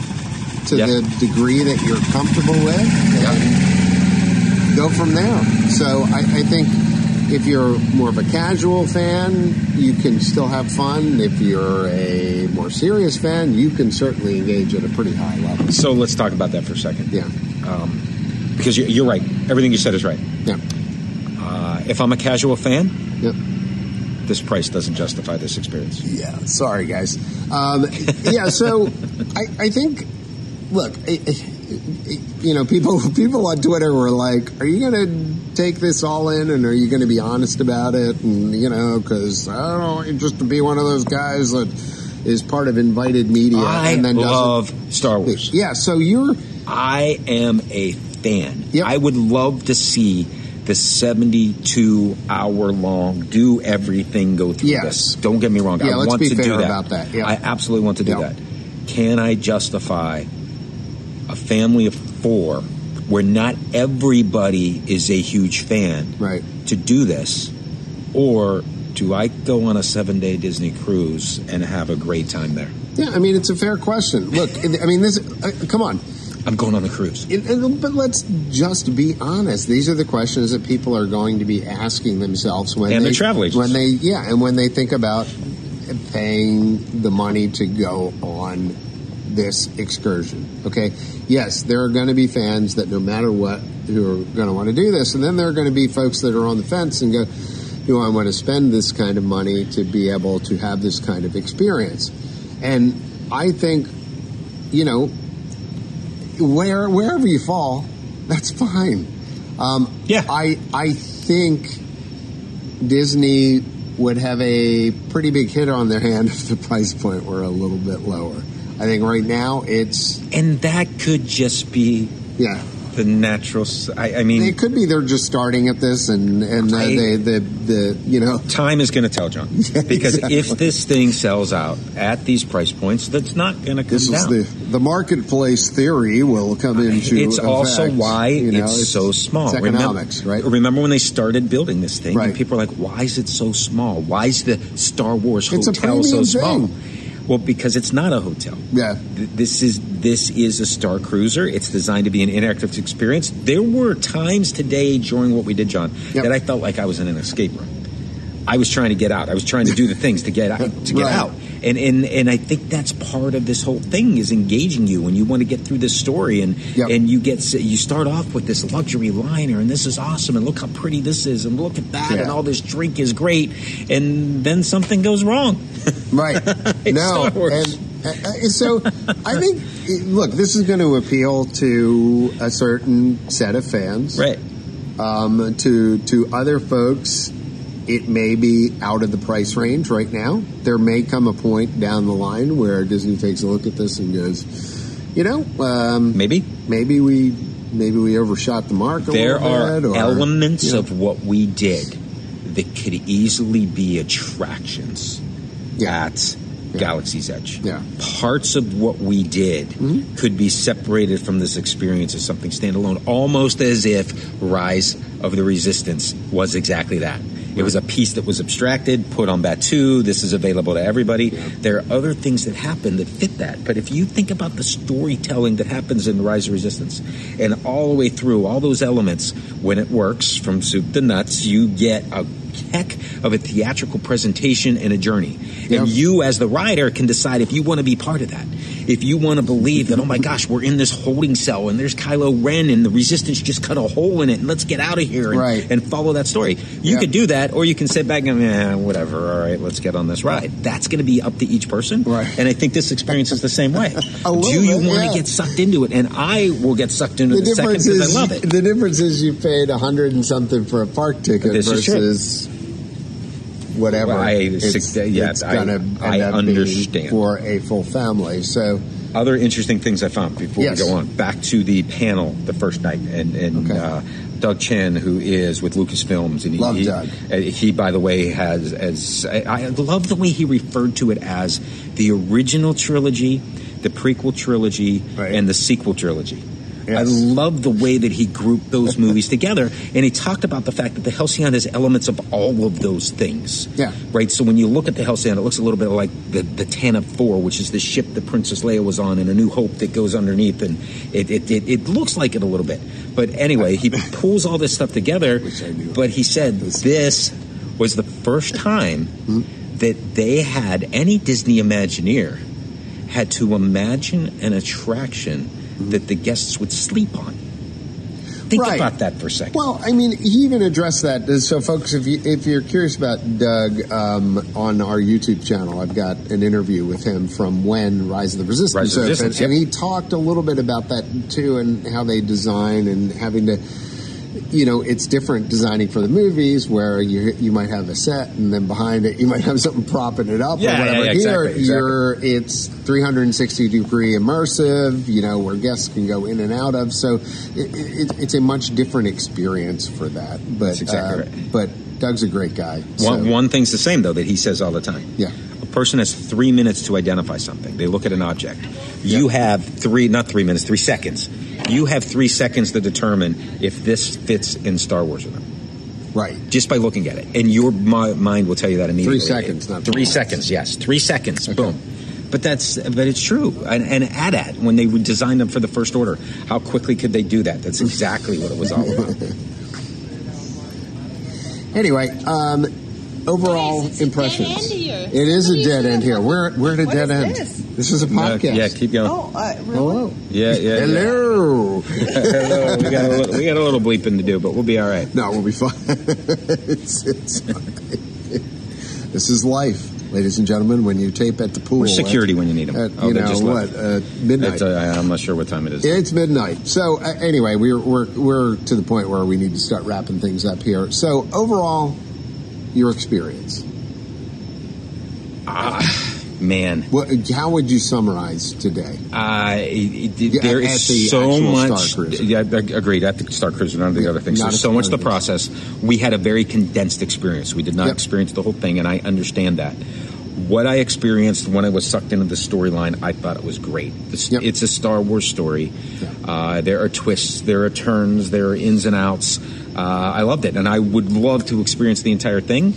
Speaker 1: to
Speaker 2: Yeah.
Speaker 1: the degree that you're comfortable with. and Go from there. So I, I think if you're more of a casual fan, you can still have fun. If you're a more serious fan, you can certainly engage at a pretty high level.
Speaker 2: So let's talk about that for a second.
Speaker 1: Yeah,
Speaker 2: Because you're, you're right. Everything you said is right.
Speaker 1: yeah,
Speaker 2: Uh, if I'm a casual fan,
Speaker 1: yeah.
Speaker 2: this price doesn't justify this experience.
Speaker 1: Yeah, sorry guys. Um, yeah, so I, I think, look, I, I, you know, people people on Twitter were like, "Are you going to take this all in, and are you going to be honest about it?" And you know, because I don't know, just to be one of those guys that is part of invited media
Speaker 2: I
Speaker 1: and then
Speaker 2: love Star Wars.
Speaker 1: doesn't. Yeah, so you're
Speaker 2: I am a fan.
Speaker 1: Yep.
Speaker 2: I would love to see the 72 hour long do everything go through
Speaker 1: Yes.
Speaker 2: this. Don't get me wrong.
Speaker 1: Yeah,
Speaker 2: I
Speaker 1: let's
Speaker 2: want
Speaker 1: be
Speaker 2: to
Speaker 1: fair
Speaker 2: do that.
Speaker 1: about that. Yep.
Speaker 2: I absolutely want to do
Speaker 1: Yep.
Speaker 2: that. Can I justify a family of four where not everybody is a huge fan
Speaker 1: Right.
Speaker 2: to do this? Or do I go on a seven day Disney cruise and have a great time there?
Speaker 1: yeah. I mean, it's a fair question. Look, I mean, this. Uh, come on.
Speaker 2: I'm going on the cruise.
Speaker 1: And, and, but let's just be honest. These are the questions that people are going to be asking themselves when
Speaker 2: And
Speaker 1: they
Speaker 2: the travel agents.
Speaker 1: when they yeah, and when they think about paying the money to go on this excursion. Okay, yes, there are going to be fans that no matter what who are going to want to do this, and then there are going to be folks that are on the fence and go, "Do I want to spend this kind of money to be able to have this kind of experience?" And I think, you know, where wherever you fall, that's fine. Um,
Speaker 2: Yeah.
Speaker 1: I I think Disney would have a pretty big hit on their hand if the price point were a little bit lower. I think right now it's
Speaker 2: And that could just be
Speaker 1: yeah.
Speaker 2: the natural. s- I, I mean,
Speaker 1: It could be they're just starting at this, and and uh,
Speaker 2: I-
Speaker 1: they the the you know
Speaker 2: time is going to tell, John. Because if this thing sells out at these price points, that's not going to come
Speaker 1: this is
Speaker 2: down.
Speaker 1: the the marketplace theory will come into.
Speaker 2: it's also
Speaker 1: effect.
Speaker 2: why
Speaker 1: You know,
Speaker 2: it's, so small.
Speaker 1: It's
Speaker 2: Remem-
Speaker 1: economics, right?
Speaker 2: Remember when they started building this thing?
Speaker 1: Right.
Speaker 2: And people were like, "Why is it so small? Why is the Star Wars
Speaker 1: It's a
Speaker 2: hotel so
Speaker 1: premium
Speaker 2: small?"
Speaker 1: thing.
Speaker 2: Well, because it's not a hotel.
Speaker 1: Yeah.
Speaker 2: Th- This is this is a Star Cruiser. It's designed to be an interactive experience. There were times today during what we did, John,
Speaker 1: Yep.
Speaker 2: that I felt like I was in an escape room. I was trying to get out. I was trying to do the things to get out, to get
Speaker 1: Right.
Speaker 2: out. And, and and I think that's part of this whole thing is engaging you, and you want to get through this story, and
Speaker 1: Yep.
Speaker 2: and you get s- you start off with this luxury liner, and this is awesome, and look how pretty this is, and look at that,
Speaker 1: Yeah.
Speaker 2: and all this drink is great, and then something goes wrong.
Speaker 1: Right.
Speaker 2: It's
Speaker 1: no.
Speaker 2: Star Wars.
Speaker 1: And, uh, uh, so I think, it- look, this is going to appeal to a certain set of fans.
Speaker 2: Right.
Speaker 1: Um, to to other folks, it may be out of the price range right now. There may come a point down the line where Disney takes a look at this and goes, you know, um,
Speaker 2: Maybe
Speaker 1: maybe we maybe we overshot the mark. A
Speaker 2: there
Speaker 1: little
Speaker 2: are
Speaker 1: bit, or,
Speaker 2: elements
Speaker 1: you know,
Speaker 2: of what we did that could easily be attractions
Speaker 1: yeah,
Speaker 2: at
Speaker 1: Yeah.
Speaker 2: Galaxy's Edge.
Speaker 1: Yeah.
Speaker 2: Parts of what we did could be separated from this experience as something standalone, almost as if Rise of the Resistance was exactly that. It was a piece that was abstracted, put on Batu. This is available to everybody. There are other things that happen that fit that. But if you think about the storytelling that happens in Rise of Resistance and all the way through all those elements, when it works from soup to nuts, you get a heck of a theatrical presentation and a journey.
Speaker 1: Yeah.
Speaker 2: And you, as the rider, can decide if you want to be part of that. If you want to believe that, oh my gosh, we're in this holding cell and there's Kylo Ren and the resistance just cut a hole in it and let's get out of here and,
Speaker 1: Right.
Speaker 2: and follow that story. You
Speaker 1: Yeah.
Speaker 2: could do that, or you can sit back and, eh, whatever, all right, let's get on this ride. That's going to be up to each person.
Speaker 1: Right.
Speaker 2: And I think this experience is the same way.
Speaker 1: A little
Speaker 2: do you
Speaker 1: bit,
Speaker 2: want to
Speaker 1: yeah.
Speaker 2: get sucked into it? And I will get sucked into
Speaker 1: The
Speaker 2: the, second
Speaker 1: difference
Speaker 2: because
Speaker 1: is
Speaker 2: I love it.
Speaker 1: the difference is you paid a hundred and something for a park ticket
Speaker 2: This is true.
Speaker 1: versus whatever.
Speaker 2: Well, I-
Speaker 1: it's
Speaker 2: six- yeah,
Speaker 1: it's
Speaker 2: I-
Speaker 1: gonna end
Speaker 2: I
Speaker 1: up being
Speaker 2: understand.
Speaker 1: for a full family. So
Speaker 2: other interesting things I found before
Speaker 1: Yes.
Speaker 2: we go on. Back to the panel the first night, and and
Speaker 1: Okay.
Speaker 2: uh, Doug Chen, who is with Lucasfilms, and he,
Speaker 1: Love
Speaker 2: he,
Speaker 1: Doug.
Speaker 2: uh, he, by the way, has as I, I love the way he referred to it as the original trilogy, the prequel trilogy,
Speaker 1: Right.
Speaker 2: and the sequel trilogy. I
Speaker 1: Yes.
Speaker 2: love the way that he grouped those movies together, and he talked about the fact that the Halcyon has elements of all of those things
Speaker 1: Yeah.
Speaker 2: right? So when you look at the Halcyon, it looks a little bit like the the Tanab Four, which is the ship that Princess Leia was on, and A New Hope that goes underneath, and it it, it, it looks like it a little bit. But anyway, he pulls all this stuff together.
Speaker 1: Which I knew.
Speaker 2: But he said this was the first time
Speaker 1: Hmm?
Speaker 2: that they had any Disney Imagineer had to imagine an attraction that the guests would sleep on. Think
Speaker 1: Hmm. Right.
Speaker 2: about that for a second.
Speaker 1: Well, I mean, he even addressed that. So, folks, if you if you're curious about Doug um, on our YouTube channel, I've got an interview with him from when Rise of the Resistance.
Speaker 2: Rise of the
Speaker 1: opened.
Speaker 2: Resistance, yep.
Speaker 1: and he talked a little bit about that too, and how they design and having to. You know, it's different designing for the movies where you you might have a set and then behind it you might have something propping it up
Speaker 2: Yeah,
Speaker 1: or
Speaker 2: yeah,
Speaker 1: whatever.
Speaker 2: yeah,
Speaker 1: Here,
Speaker 2: exactly, exactly.
Speaker 1: you're it's 360 degree immersive, you know, where guests can go in and out of. So it, it, it's a much different experience for that. But
Speaker 2: That's exactly
Speaker 1: uh,
Speaker 2: right.
Speaker 1: but Doug's a great guy.
Speaker 2: One,
Speaker 1: so-
Speaker 2: one thing's the same though that he says all the time.
Speaker 1: Yeah.
Speaker 2: A person has three minutes to identify something. They look at an object. You have three, not three minutes, three seconds. You have three seconds to determine if this fits in Star Wars or not,
Speaker 1: right.
Speaker 2: just by looking at it. And your mi- mind will tell you that immediately.
Speaker 1: seconds, not
Speaker 2: three
Speaker 1: three minutes.
Speaker 2: seconds. Yes, three seconds. Boom. But that's but it's true. And, and AT-AT, when they designed them for the First Order, how quickly could they do that? That's exactly what it was all about.
Speaker 1: Anyway, um, overall
Speaker 3: Guys, it's a dead
Speaker 1: impressions.
Speaker 3: end here.
Speaker 1: It is
Speaker 3: What are
Speaker 1: a
Speaker 3: you
Speaker 1: dead
Speaker 3: doing?
Speaker 1: end here. We're we're at a
Speaker 3: What
Speaker 1: dead
Speaker 3: is
Speaker 1: end.
Speaker 3: this?
Speaker 1: is a
Speaker 2: No,
Speaker 1: podcast.
Speaker 2: yeah, keep going.
Speaker 4: Oh, uh, really?
Speaker 1: Hello.
Speaker 2: Yeah, yeah. yeah.
Speaker 1: Hello.
Speaker 2: Hello. We got a little, we got a little bleeping to do, but we'll be all right.
Speaker 1: No, we'll be fine. it's, it's this is life, ladies and gentlemen. When you tape at the pool,
Speaker 2: Or security when you need Oh, them.
Speaker 1: at, you know what, uh, midnight.
Speaker 2: It's, uh, I'm not sure what time it is.
Speaker 1: It's midnight. So uh, anyway, we're we're we're to the point where we need to start wrapping things up here. So overall, your experience.
Speaker 2: Man,
Speaker 1: What? How would you summarize today?
Speaker 2: uh, it, it,
Speaker 1: Yeah,
Speaker 2: there
Speaker 1: at
Speaker 2: is
Speaker 1: the
Speaker 2: so
Speaker 1: actual Star
Speaker 2: much.
Speaker 1: Cruiser.
Speaker 2: yeah, ag- agreed. At the Star Cruiser, none of the
Speaker 1: Yeah,
Speaker 2: other things.
Speaker 1: not
Speaker 2: There's
Speaker 1: at
Speaker 2: so
Speaker 1: the
Speaker 2: much the
Speaker 1: other things.
Speaker 2: process. We had a very condensed experience. We did not
Speaker 1: Yep.
Speaker 2: experience the whole thing, and I understand that. What I experienced when I was sucked into the storyline, I thought it was great. This-
Speaker 1: Yep.
Speaker 2: It's a Star Wars story.
Speaker 1: Yeah.
Speaker 2: Uh, there are twists, there are turns, there are ins and outs. Uh, I loved it, and I would love to experience the entire thing.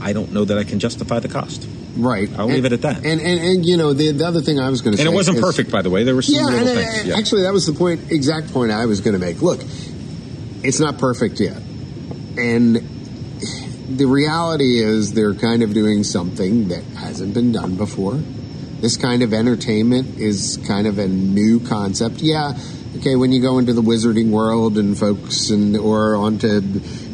Speaker 2: I don't know that I can justify the cost.
Speaker 1: Right.
Speaker 2: I'll leave it at that.
Speaker 1: And and, and you know the, the other thing I was going to say
Speaker 2: And it wasn't
Speaker 1: is-
Speaker 2: perfect, by the way. There were some
Speaker 1: Yeah,
Speaker 2: little
Speaker 1: and, uh,
Speaker 2: things. yeah.
Speaker 1: actually, that was the point, exact point I was going to make. Look, it's not perfect yet, and the reality is they're kind of doing something that hasn't been done before. This kind of entertainment is kind of a new concept. Yeah, okay, when you go into the wizarding world and folks and or onto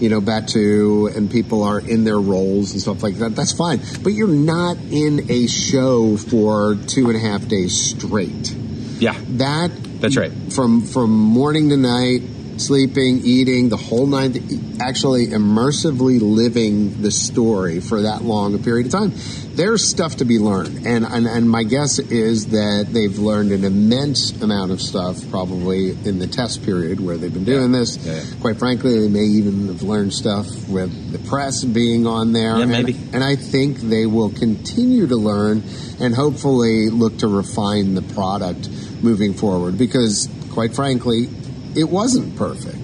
Speaker 1: you know Batu and people are in their roles and stuff like that, that's fine. But you're not in a show for two and a half days straight.
Speaker 2: Yeah.
Speaker 1: That
Speaker 2: That's right.
Speaker 1: From from morning to night, sleeping, eating, the whole night, actually immersively living the story for that long a period of time. There's stuff to be learned, and and, and my guess is that they've learned an immense amount of stuff probably in the test period where they've been doing this.
Speaker 2: Yeah, yeah.
Speaker 1: Quite frankly, they may even have learned stuff with the press being on there.
Speaker 2: Yeah,
Speaker 1: and-
Speaker 2: maybe.
Speaker 1: and I think they will continue to learn and hopefully look to refine the product moving forward because, quite frankly, it wasn't perfect.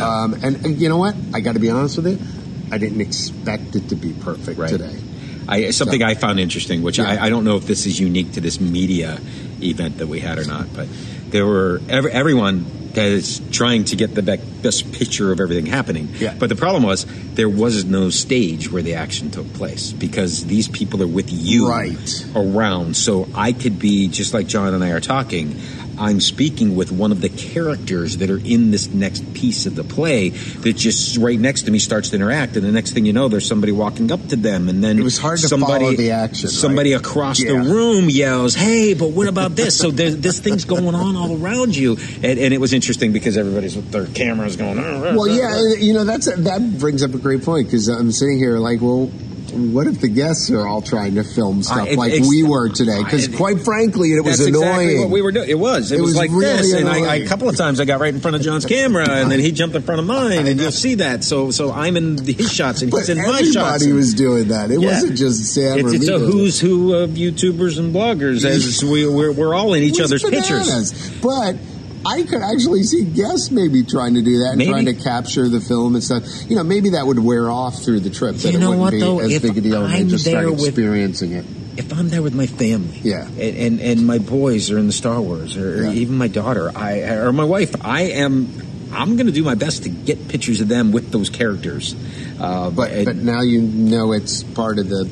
Speaker 1: Um, and, and you know what? I got to be honest with you. I didn't expect it to be perfect
Speaker 2: Right.
Speaker 1: today.
Speaker 2: I, something I found interesting, which
Speaker 1: Yeah.
Speaker 2: I, I don't know if this is unique to this media event that we had or not, but there were every, everyone that is trying to get the bec- best picture of everything happening.
Speaker 1: Yeah.
Speaker 2: But the problem was there was no stage where the action took place because these people are with you
Speaker 1: Right.
Speaker 2: around. So I could be just like John and I are talking. I'm speaking with one of the characters that are in this next piece of the play that just right next to me starts to interact, and the next thing you know, there's somebody walking up to them, and then
Speaker 1: It was hard to follow the action, right?
Speaker 2: Somebody across
Speaker 1: Yeah.
Speaker 2: the room yells, "Hey, but what about this?" So there, this thing's going on all around you, and, and it was interesting because everybody's with their cameras going. "Oh,
Speaker 1: Well, yeah, and, you know that's that brings up a great point because I'm sitting here like, well, what if the guests are all trying to film stuff
Speaker 2: I- it-
Speaker 1: like
Speaker 2: it's-
Speaker 1: we were today? Because
Speaker 2: I-
Speaker 1: quite frankly, it was
Speaker 2: That's
Speaker 1: annoying.
Speaker 2: exactly what we were doing. It was. It,
Speaker 1: It
Speaker 2: was,
Speaker 1: was
Speaker 2: like
Speaker 1: really
Speaker 2: this, and I, I,
Speaker 1: annoying.
Speaker 2: a couple of times I got right in front of John's camera, and then he jumped in front of mine, and you'll see that. So, so I'm in his shots, and
Speaker 1: but
Speaker 2: he's in my shots.
Speaker 1: everybody was doing that. It
Speaker 2: Yeah.
Speaker 1: wasn't just Sam or
Speaker 2: It's, it's
Speaker 1: me
Speaker 2: a
Speaker 1: doing it.
Speaker 2: who's who of YouTubers and bloggers as we, we're, we're all in each
Speaker 1: was
Speaker 2: other's pictures.
Speaker 1: bananas. But I could actually see guests maybe trying to do that and
Speaker 2: Maybe.
Speaker 1: trying to capture the film and stuff. You know, maybe that would wear off through the trip. That
Speaker 2: You
Speaker 1: it
Speaker 2: know
Speaker 1: wouldn't
Speaker 2: what,
Speaker 1: be
Speaker 2: though?
Speaker 1: as
Speaker 2: If
Speaker 1: big a deal. and they
Speaker 2: I'm
Speaker 1: just start
Speaker 2: there with-
Speaker 1: experiencing it.
Speaker 2: if I'm there with my family,
Speaker 1: Yeah.
Speaker 2: and and, and my boys are in the Star Wars, or, or
Speaker 1: Yeah.
Speaker 2: even my daughter, I or my wife, I am. I'm going to do my best to get pictures of them with those characters. Uh,
Speaker 1: But
Speaker 2: and
Speaker 1: but now you know it's part of the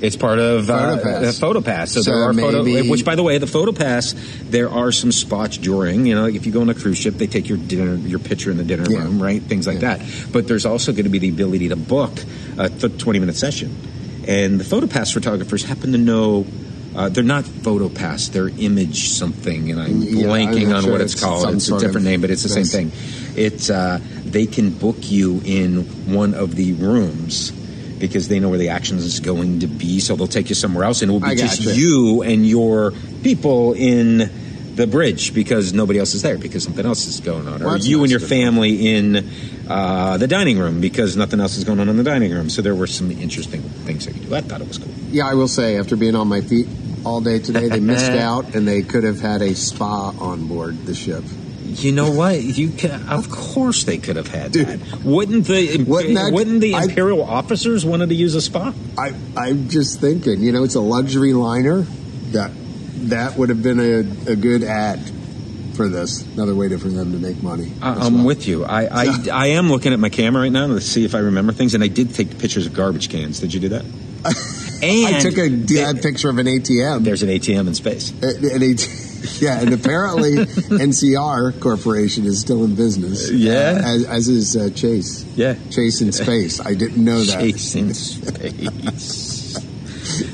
Speaker 2: it's part of uh,
Speaker 1: PhotoPass.
Speaker 2: the PhotoPass. So,
Speaker 1: So
Speaker 2: there are
Speaker 1: maybe-
Speaker 2: photo, eh, which by the way, the PhotoPass, there are some spots during. You know, like if you go on a cruise ship, they take your dinner, your picture in the dinner
Speaker 1: Yeah.
Speaker 2: room, right? Things like
Speaker 1: Yeah.
Speaker 2: that. But there's also going to be the ability to book a th- 20 minute session, and the PhotoPass photographers happen to know. Uh, they're not PhotoPass; they're image something, and I'm
Speaker 1: Yeah, I'm
Speaker 2: blanking
Speaker 1: not
Speaker 2: on
Speaker 1: sure.
Speaker 2: what it's,
Speaker 1: It's
Speaker 2: called.
Speaker 1: some
Speaker 2: It's a
Speaker 1: sort
Speaker 2: different
Speaker 1: of-
Speaker 2: name, but it's the same
Speaker 1: Yes.
Speaker 2: thing. It's uh, they can book you in one of the rooms because they know where the action is going to be. So they'll take you somewhere else, and it will
Speaker 1: I
Speaker 2: be just
Speaker 1: gotcha.
Speaker 2: you and your people in the bridge because nobody else is there because something else is going on,
Speaker 1: Well,
Speaker 2: or
Speaker 1: that's
Speaker 2: you
Speaker 1: nice
Speaker 2: and your
Speaker 1: of them.
Speaker 2: family in uh, the dining room because nothing else is going on in the dining room. So there were some interesting things that you do. I thought it was cool.
Speaker 1: yeah. I will say after being on my feet all day today, they missed out and they could have had a spa on board the ship.
Speaker 2: You know what? You could, of course they could have had
Speaker 1: Dude.
Speaker 2: that. Wouldn't the
Speaker 1: Wouldn't that-
Speaker 2: wouldn't the
Speaker 1: I-
Speaker 2: imperial officers wanted to use a spa?
Speaker 1: I, I'm just thinking, you know, it's a luxury liner. That that would have been a, a good ad for this. Another way to, for them to make money. as
Speaker 2: I, I'm
Speaker 1: well.
Speaker 2: with you. I, I
Speaker 1: Yeah.
Speaker 2: I am looking at my camera right now to see if I remember things, and I did take pictures of garbage cans. Did you do that? and
Speaker 1: I took a
Speaker 2: th-
Speaker 1: dad picture of an ATM.
Speaker 2: there's an ATM in space.
Speaker 1: Uh, and it, yeah, and apparently NCR Corporation is still in business.
Speaker 2: Yeah.
Speaker 1: uh, as, as is uh, Chase.
Speaker 2: Yeah.
Speaker 1: Chase in space. I didn't know that,
Speaker 2: Chase in space.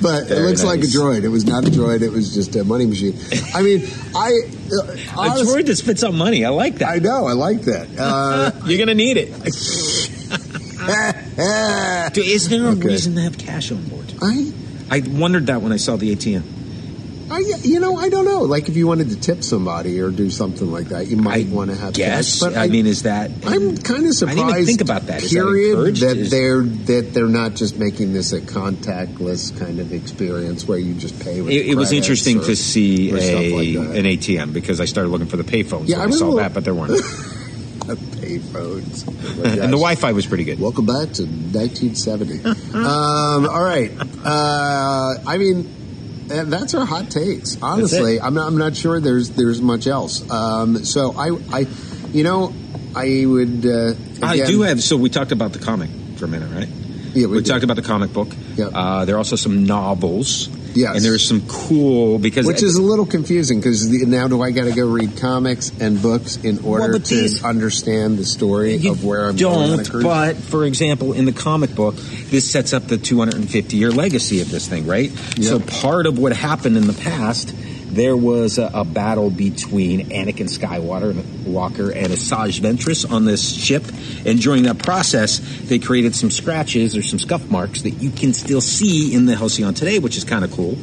Speaker 1: but it
Speaker 2: Very
Speaker 1: looks like a
Speaker 2: nice.
Speaker 1: droid. It was not a droid. It was just a money machine. I mean, I uh,
Speaker 2: a
Speaker 1: honestly,
Speaker 2: droid that spits out money. I like that.
Speaker 1: I know. I like that. Uh,
Speaker 2: You're gonna need it.
Speaker 1: I
Speaker 2: Dude, is there a
Speaker 1: Okay.
Speaker 2: reason to have cash on board? I wondered that when I saw the ATM.
Speaker 1: I, you know, I don't know. Like, if you wanted to tip somebody or do something like that, you might want to have. cash,
Speaker 2: guess.
Speaker 1: but
Speaker 2: I, mean, is that?
Speaker 1: I'm kind of surprised.
Speaker 2: I didn't even think about that. Is that
Speaker 1: Period.
Speaker 2: encouraged?
Speaker 1: that
Speaker 2: Is-
Speaker 1: they're that they're not just making this a contactless kind of experience where you just pay. With
Speaker 2: It, it was
Speaker 1: credits
Speaker 2: interesting
Speaker 1: or-
Speaker 2: to see
Speaker 1: or stuff
Speaker 2: a,
Speaker 1: like that.
Speaker 2: an ATM because I started looking for the payphones.
Speaker 1: Yeah,
Speaker 2: when
Speaker 1: I
Speaker 2: I, saw
Speaker 1: remember-
Speaker 2: that, but there weren't.
Speaker 1: a payphones.
Speaker 2: and the Wi-Fi was pretty good.
Speaker 1: Welcome back to 1970. um, all right. Uh, I mean, uh, that's our hot takes. Honestly, I'm not, I'm not sure there's there's much else. Um, so I, I, you know, I would. Uh,
Speaker 2: I
Speaker 1: again-
Speaker 2: do have. So we talked about the comic for a minute, right?
Speaker 1: Yeah, we did.
Speaker 2: talked about the comic book.
Speaker 1: Yep.
Speaker 2: Uh, there are also some novels.
Speaker 1: Yes.
Speaker 2: And there's some cool because
Speaker 1: Which is a little confusing because now do I got to go read comics and books in order
Speaker 2: but
Speaker 1: to
Speaker 2: these-
Speaker 1: understand the story
Speaker 2: you
Speaker 1: of where I'm going on a
Speaker 2: don't.
Speaker 1: cruise?
Speaker 2: But for example, in the comic book, this sets up the 250 year legacy of this thing, right?
Speaker 1: Yep.
Speaker 2: So part of what happened in the past, there was a, a battle between Anakin Skywalker Walker and Asajj Ventress on this ship, and during that process, they created some scratches or some scuff marks that you can still see in the Halcyon today, which is kind of cool.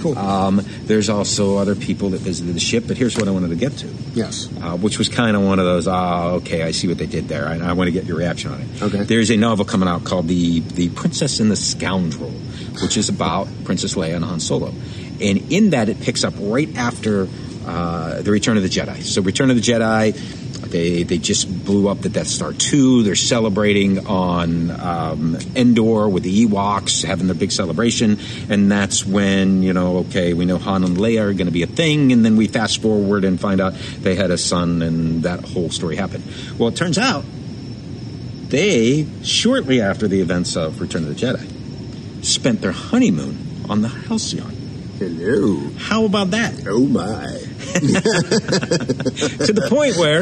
Speaker 1: Cool.
Speaker 2: Um, there's also other people that visited the ship, but here's what I wanted to get to
Speaker 1: yes,
Speaker 2: uh, which was kind of one of those. Ah, okay, I see what they did there, and I want to get your reaction on it.
Speaker 1: Okay.
Speaker 2: There's a novel coming out called the the Princess and the Scoundrel, which is about Princess Leia and Han Solo, and in that it picks up right after uh, the Return of the Jedi. So Return of the Jedi. They, they just blew up the Death Star 2. They're celebrating on um, Endor with the Ewoks, having their big celebration. And that's when, you know, okay, we know Han and Leia are going to be a thing. And then we fast forward and find out they had a son and that whole story happened. Well, it turns out they, shortly after the events of Return of the Jedi, spent their honeymoon on the Halcyon.
Speaker 1: hello,
Speaker 2: How about that?
Speaker 1: oh my,
Speaker 2: to the point where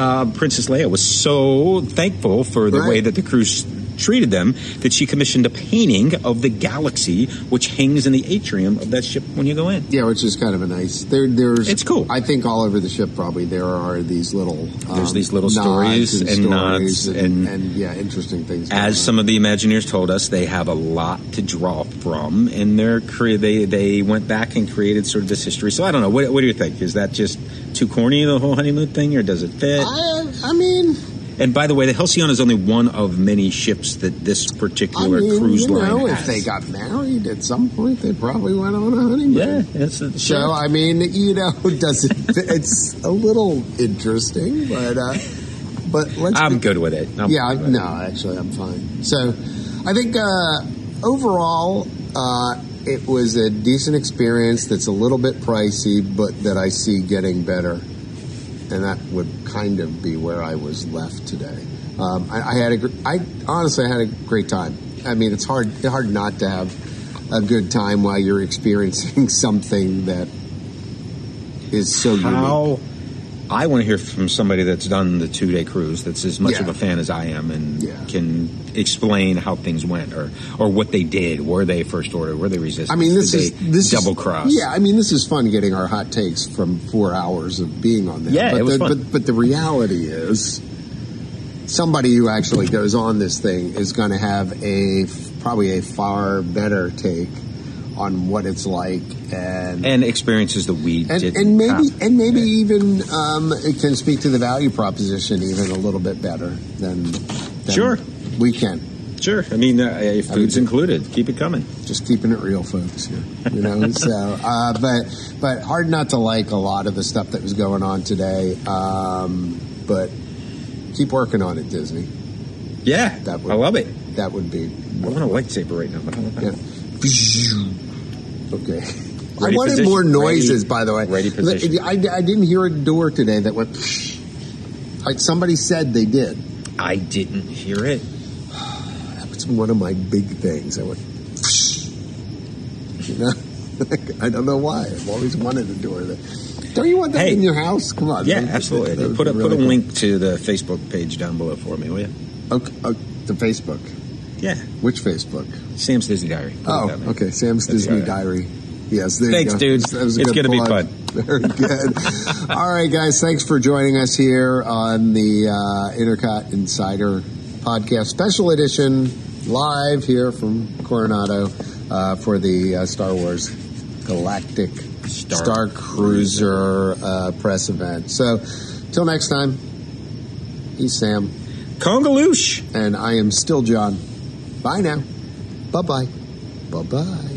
Speaker 2: uh, Princess Leia was so thankful for the
Speaker 1: Right.
Speaker 2: way that the crew s- treated them that she commissioned a painting of the galaxy, which hangs in the atrium of that ship when you go in.
Speaker 1: yeah, which is kind of a nice. There, there's
Speaker 2: It's cool.
Speaker 1: I think all over the ship probably there are these little um,
Speaker 2: There's these little
Speaker 1: nods
Speaker 2: stories and nods
Speaker 1: stories and,
Speaker 2: and-
Speaker 1: and, yeah, interesting things. going
Speaker 2: As
Speaker 1: on.
Speaker 2: some of the Imagineers told us, they have a lot to draw from, and their cre- they they went back and created sort of this history. So I don't know. What, what do you think? Is that just too corny the whole honeymoon thing, or does it fit?
Speaker 1: I, I mean,
Speaker 2: and by the way, the Halcyon is only one of many ships that this
Speaker 1: I
Speaker 2: particular
Speaker 1: mean,
Speaker 2: cruise
Speaker 1: you know,
Speaker 2: line
Speaker 1: if
Speaker 2: has.
Speaker 1: they got married at some point, they probably went on a honeymoon.
Speaker 2: Yeah, it's a
Speaker 1: So I mean, you know, does it, it's a little interesting, but uh, but let's.
Speaker 2: I'm good with it. I'm
Speaker 1: yeah,
Speaker 2: good with
Speaker 1: no, actually, I'm fine. So I think uh, overall, uh, it was a decent experience. That's a little bit pricey, but that I see getting better, and that would kind of be where I was left today. Um, I, I had a, gr- I honestly had a great time. I mean, it's hard hard not to have a good time while you're experiencing something that is so
Speaker 2: it.
Speaker 1: unique.
Speaker 2: How? I want to hear from somebody that's done the two day cruise that's as much
Speaker 1: Yeah.
Speaker 2: of a fan as I am and
Speaker 1: Yeah.
Speaker 2: can explain how things went or, or what they did. Were they first order? Were they resistance?
Speaker 1: I mean, this
Speaker 2: Did
Speaker 1: is
Speaker 2: they
Speaker 1: this
Speaker 2: double
Speaker 1: is,
Speaker 2: cross.
Speaker 1: Yeah, I mean, this is fun getting our hot takes from four hours of being on there.
Speaker 2: Yeah,
Speaker 1: but
Speaker 2: it was
Speaker 1: the,
Speaker 2: fun.
Speaker 1: But, but the reality is, somebody who actually goes on this thing is going to have a probably a far better take on what it's like and.
Speaker 2: And experiences that we
Speaker 1: and,
Speaker 2: did.
Speaker 1: and maybe and maybe even um, it can speak to the value proposition even a little bit better than, than
Speaker 2: Sure.
Speaker 1: we can.
Speaker 2: Sure. I mean, uh,
Speaker 1: I
Speaker 2: if
Speaker 1: mean,
Speaker 2: food's included. Keep it coming.
Speaker 1: just keeping it real, folks. Here, you know, so uh, but but hard not to like a lot of the stuff that was going on today. Um, but keep working on it, Disney.
Speaker 2: Yeah.
Speaker 1: That would-
Speaker 2: I love it.
Speaker 1: That would be
Speaker 2: I want a lightsaber right now, but I don't
Speaker 1: yeah. Okay. I
Speaker 2: Ready
Speaker 1: wanted
Speaker 2: position.
Speaker 1: more noises,
Speaker 2: Ready-
Speaker 1: by the way.
Speaker 2: ready position.
Speaker 1: I, I didn't hear a door today that went. Like somebody said they did.
Speaker 2: I didn't hear it.
Speaker 1: It's one of my big things. I went, you know, I don't know why. I've always wanted a door that. Don't you want that
Speaker 2: Hey.
Speaker 1: in your house? Come on.
Speaker 2: Yeah,
Speaker 1: That- that-
Speaker 2: absolutely.
Speaker 1: that would
Speaker 2: put a,
Speaker 1: be
Speaker 2: put a
Speaker 1: really
Speaker 2: link to the Facebook page down below for me, will you?
Speaker 1: cool. Okay, okay, to Facebook.
Speaker 2: Yeah.
Speaker 1: Which Facebook?
Speaker 2: Sam's Disney Diary. Put it
Speaker 1: Oh,
Speaker 2: down there.
Speaker 1: okay. Sam's
Speaker 2: That's
Speaker 1: Disney
Speaker 2: right.
Speaker 1: Diary. Yes, there
Speaker 2: Thanks,
Speaker 1: you go.
Speaker 2: dude.
Speaker 1: That was a
Speaker 2: It's
Speaker 1: good
Speaker 2: gonna be
Speaker 1: plug.
Speaker 2: fun.
Speaker 1: Very good. All right, guys. Thanks for joining us here on the uh, Intercot Insider Podcast Special Edition, live here from Coronado uh, for the uh, Star Wars Galactic Star,
Speaker 2: Star
Speaker 1: Cruiser uh, press event. So, till next time, he's Sam,
Speaker 2: Congaloosh.
Speaker 1: and I am still John. Bye now. Bye bye. Bye bye.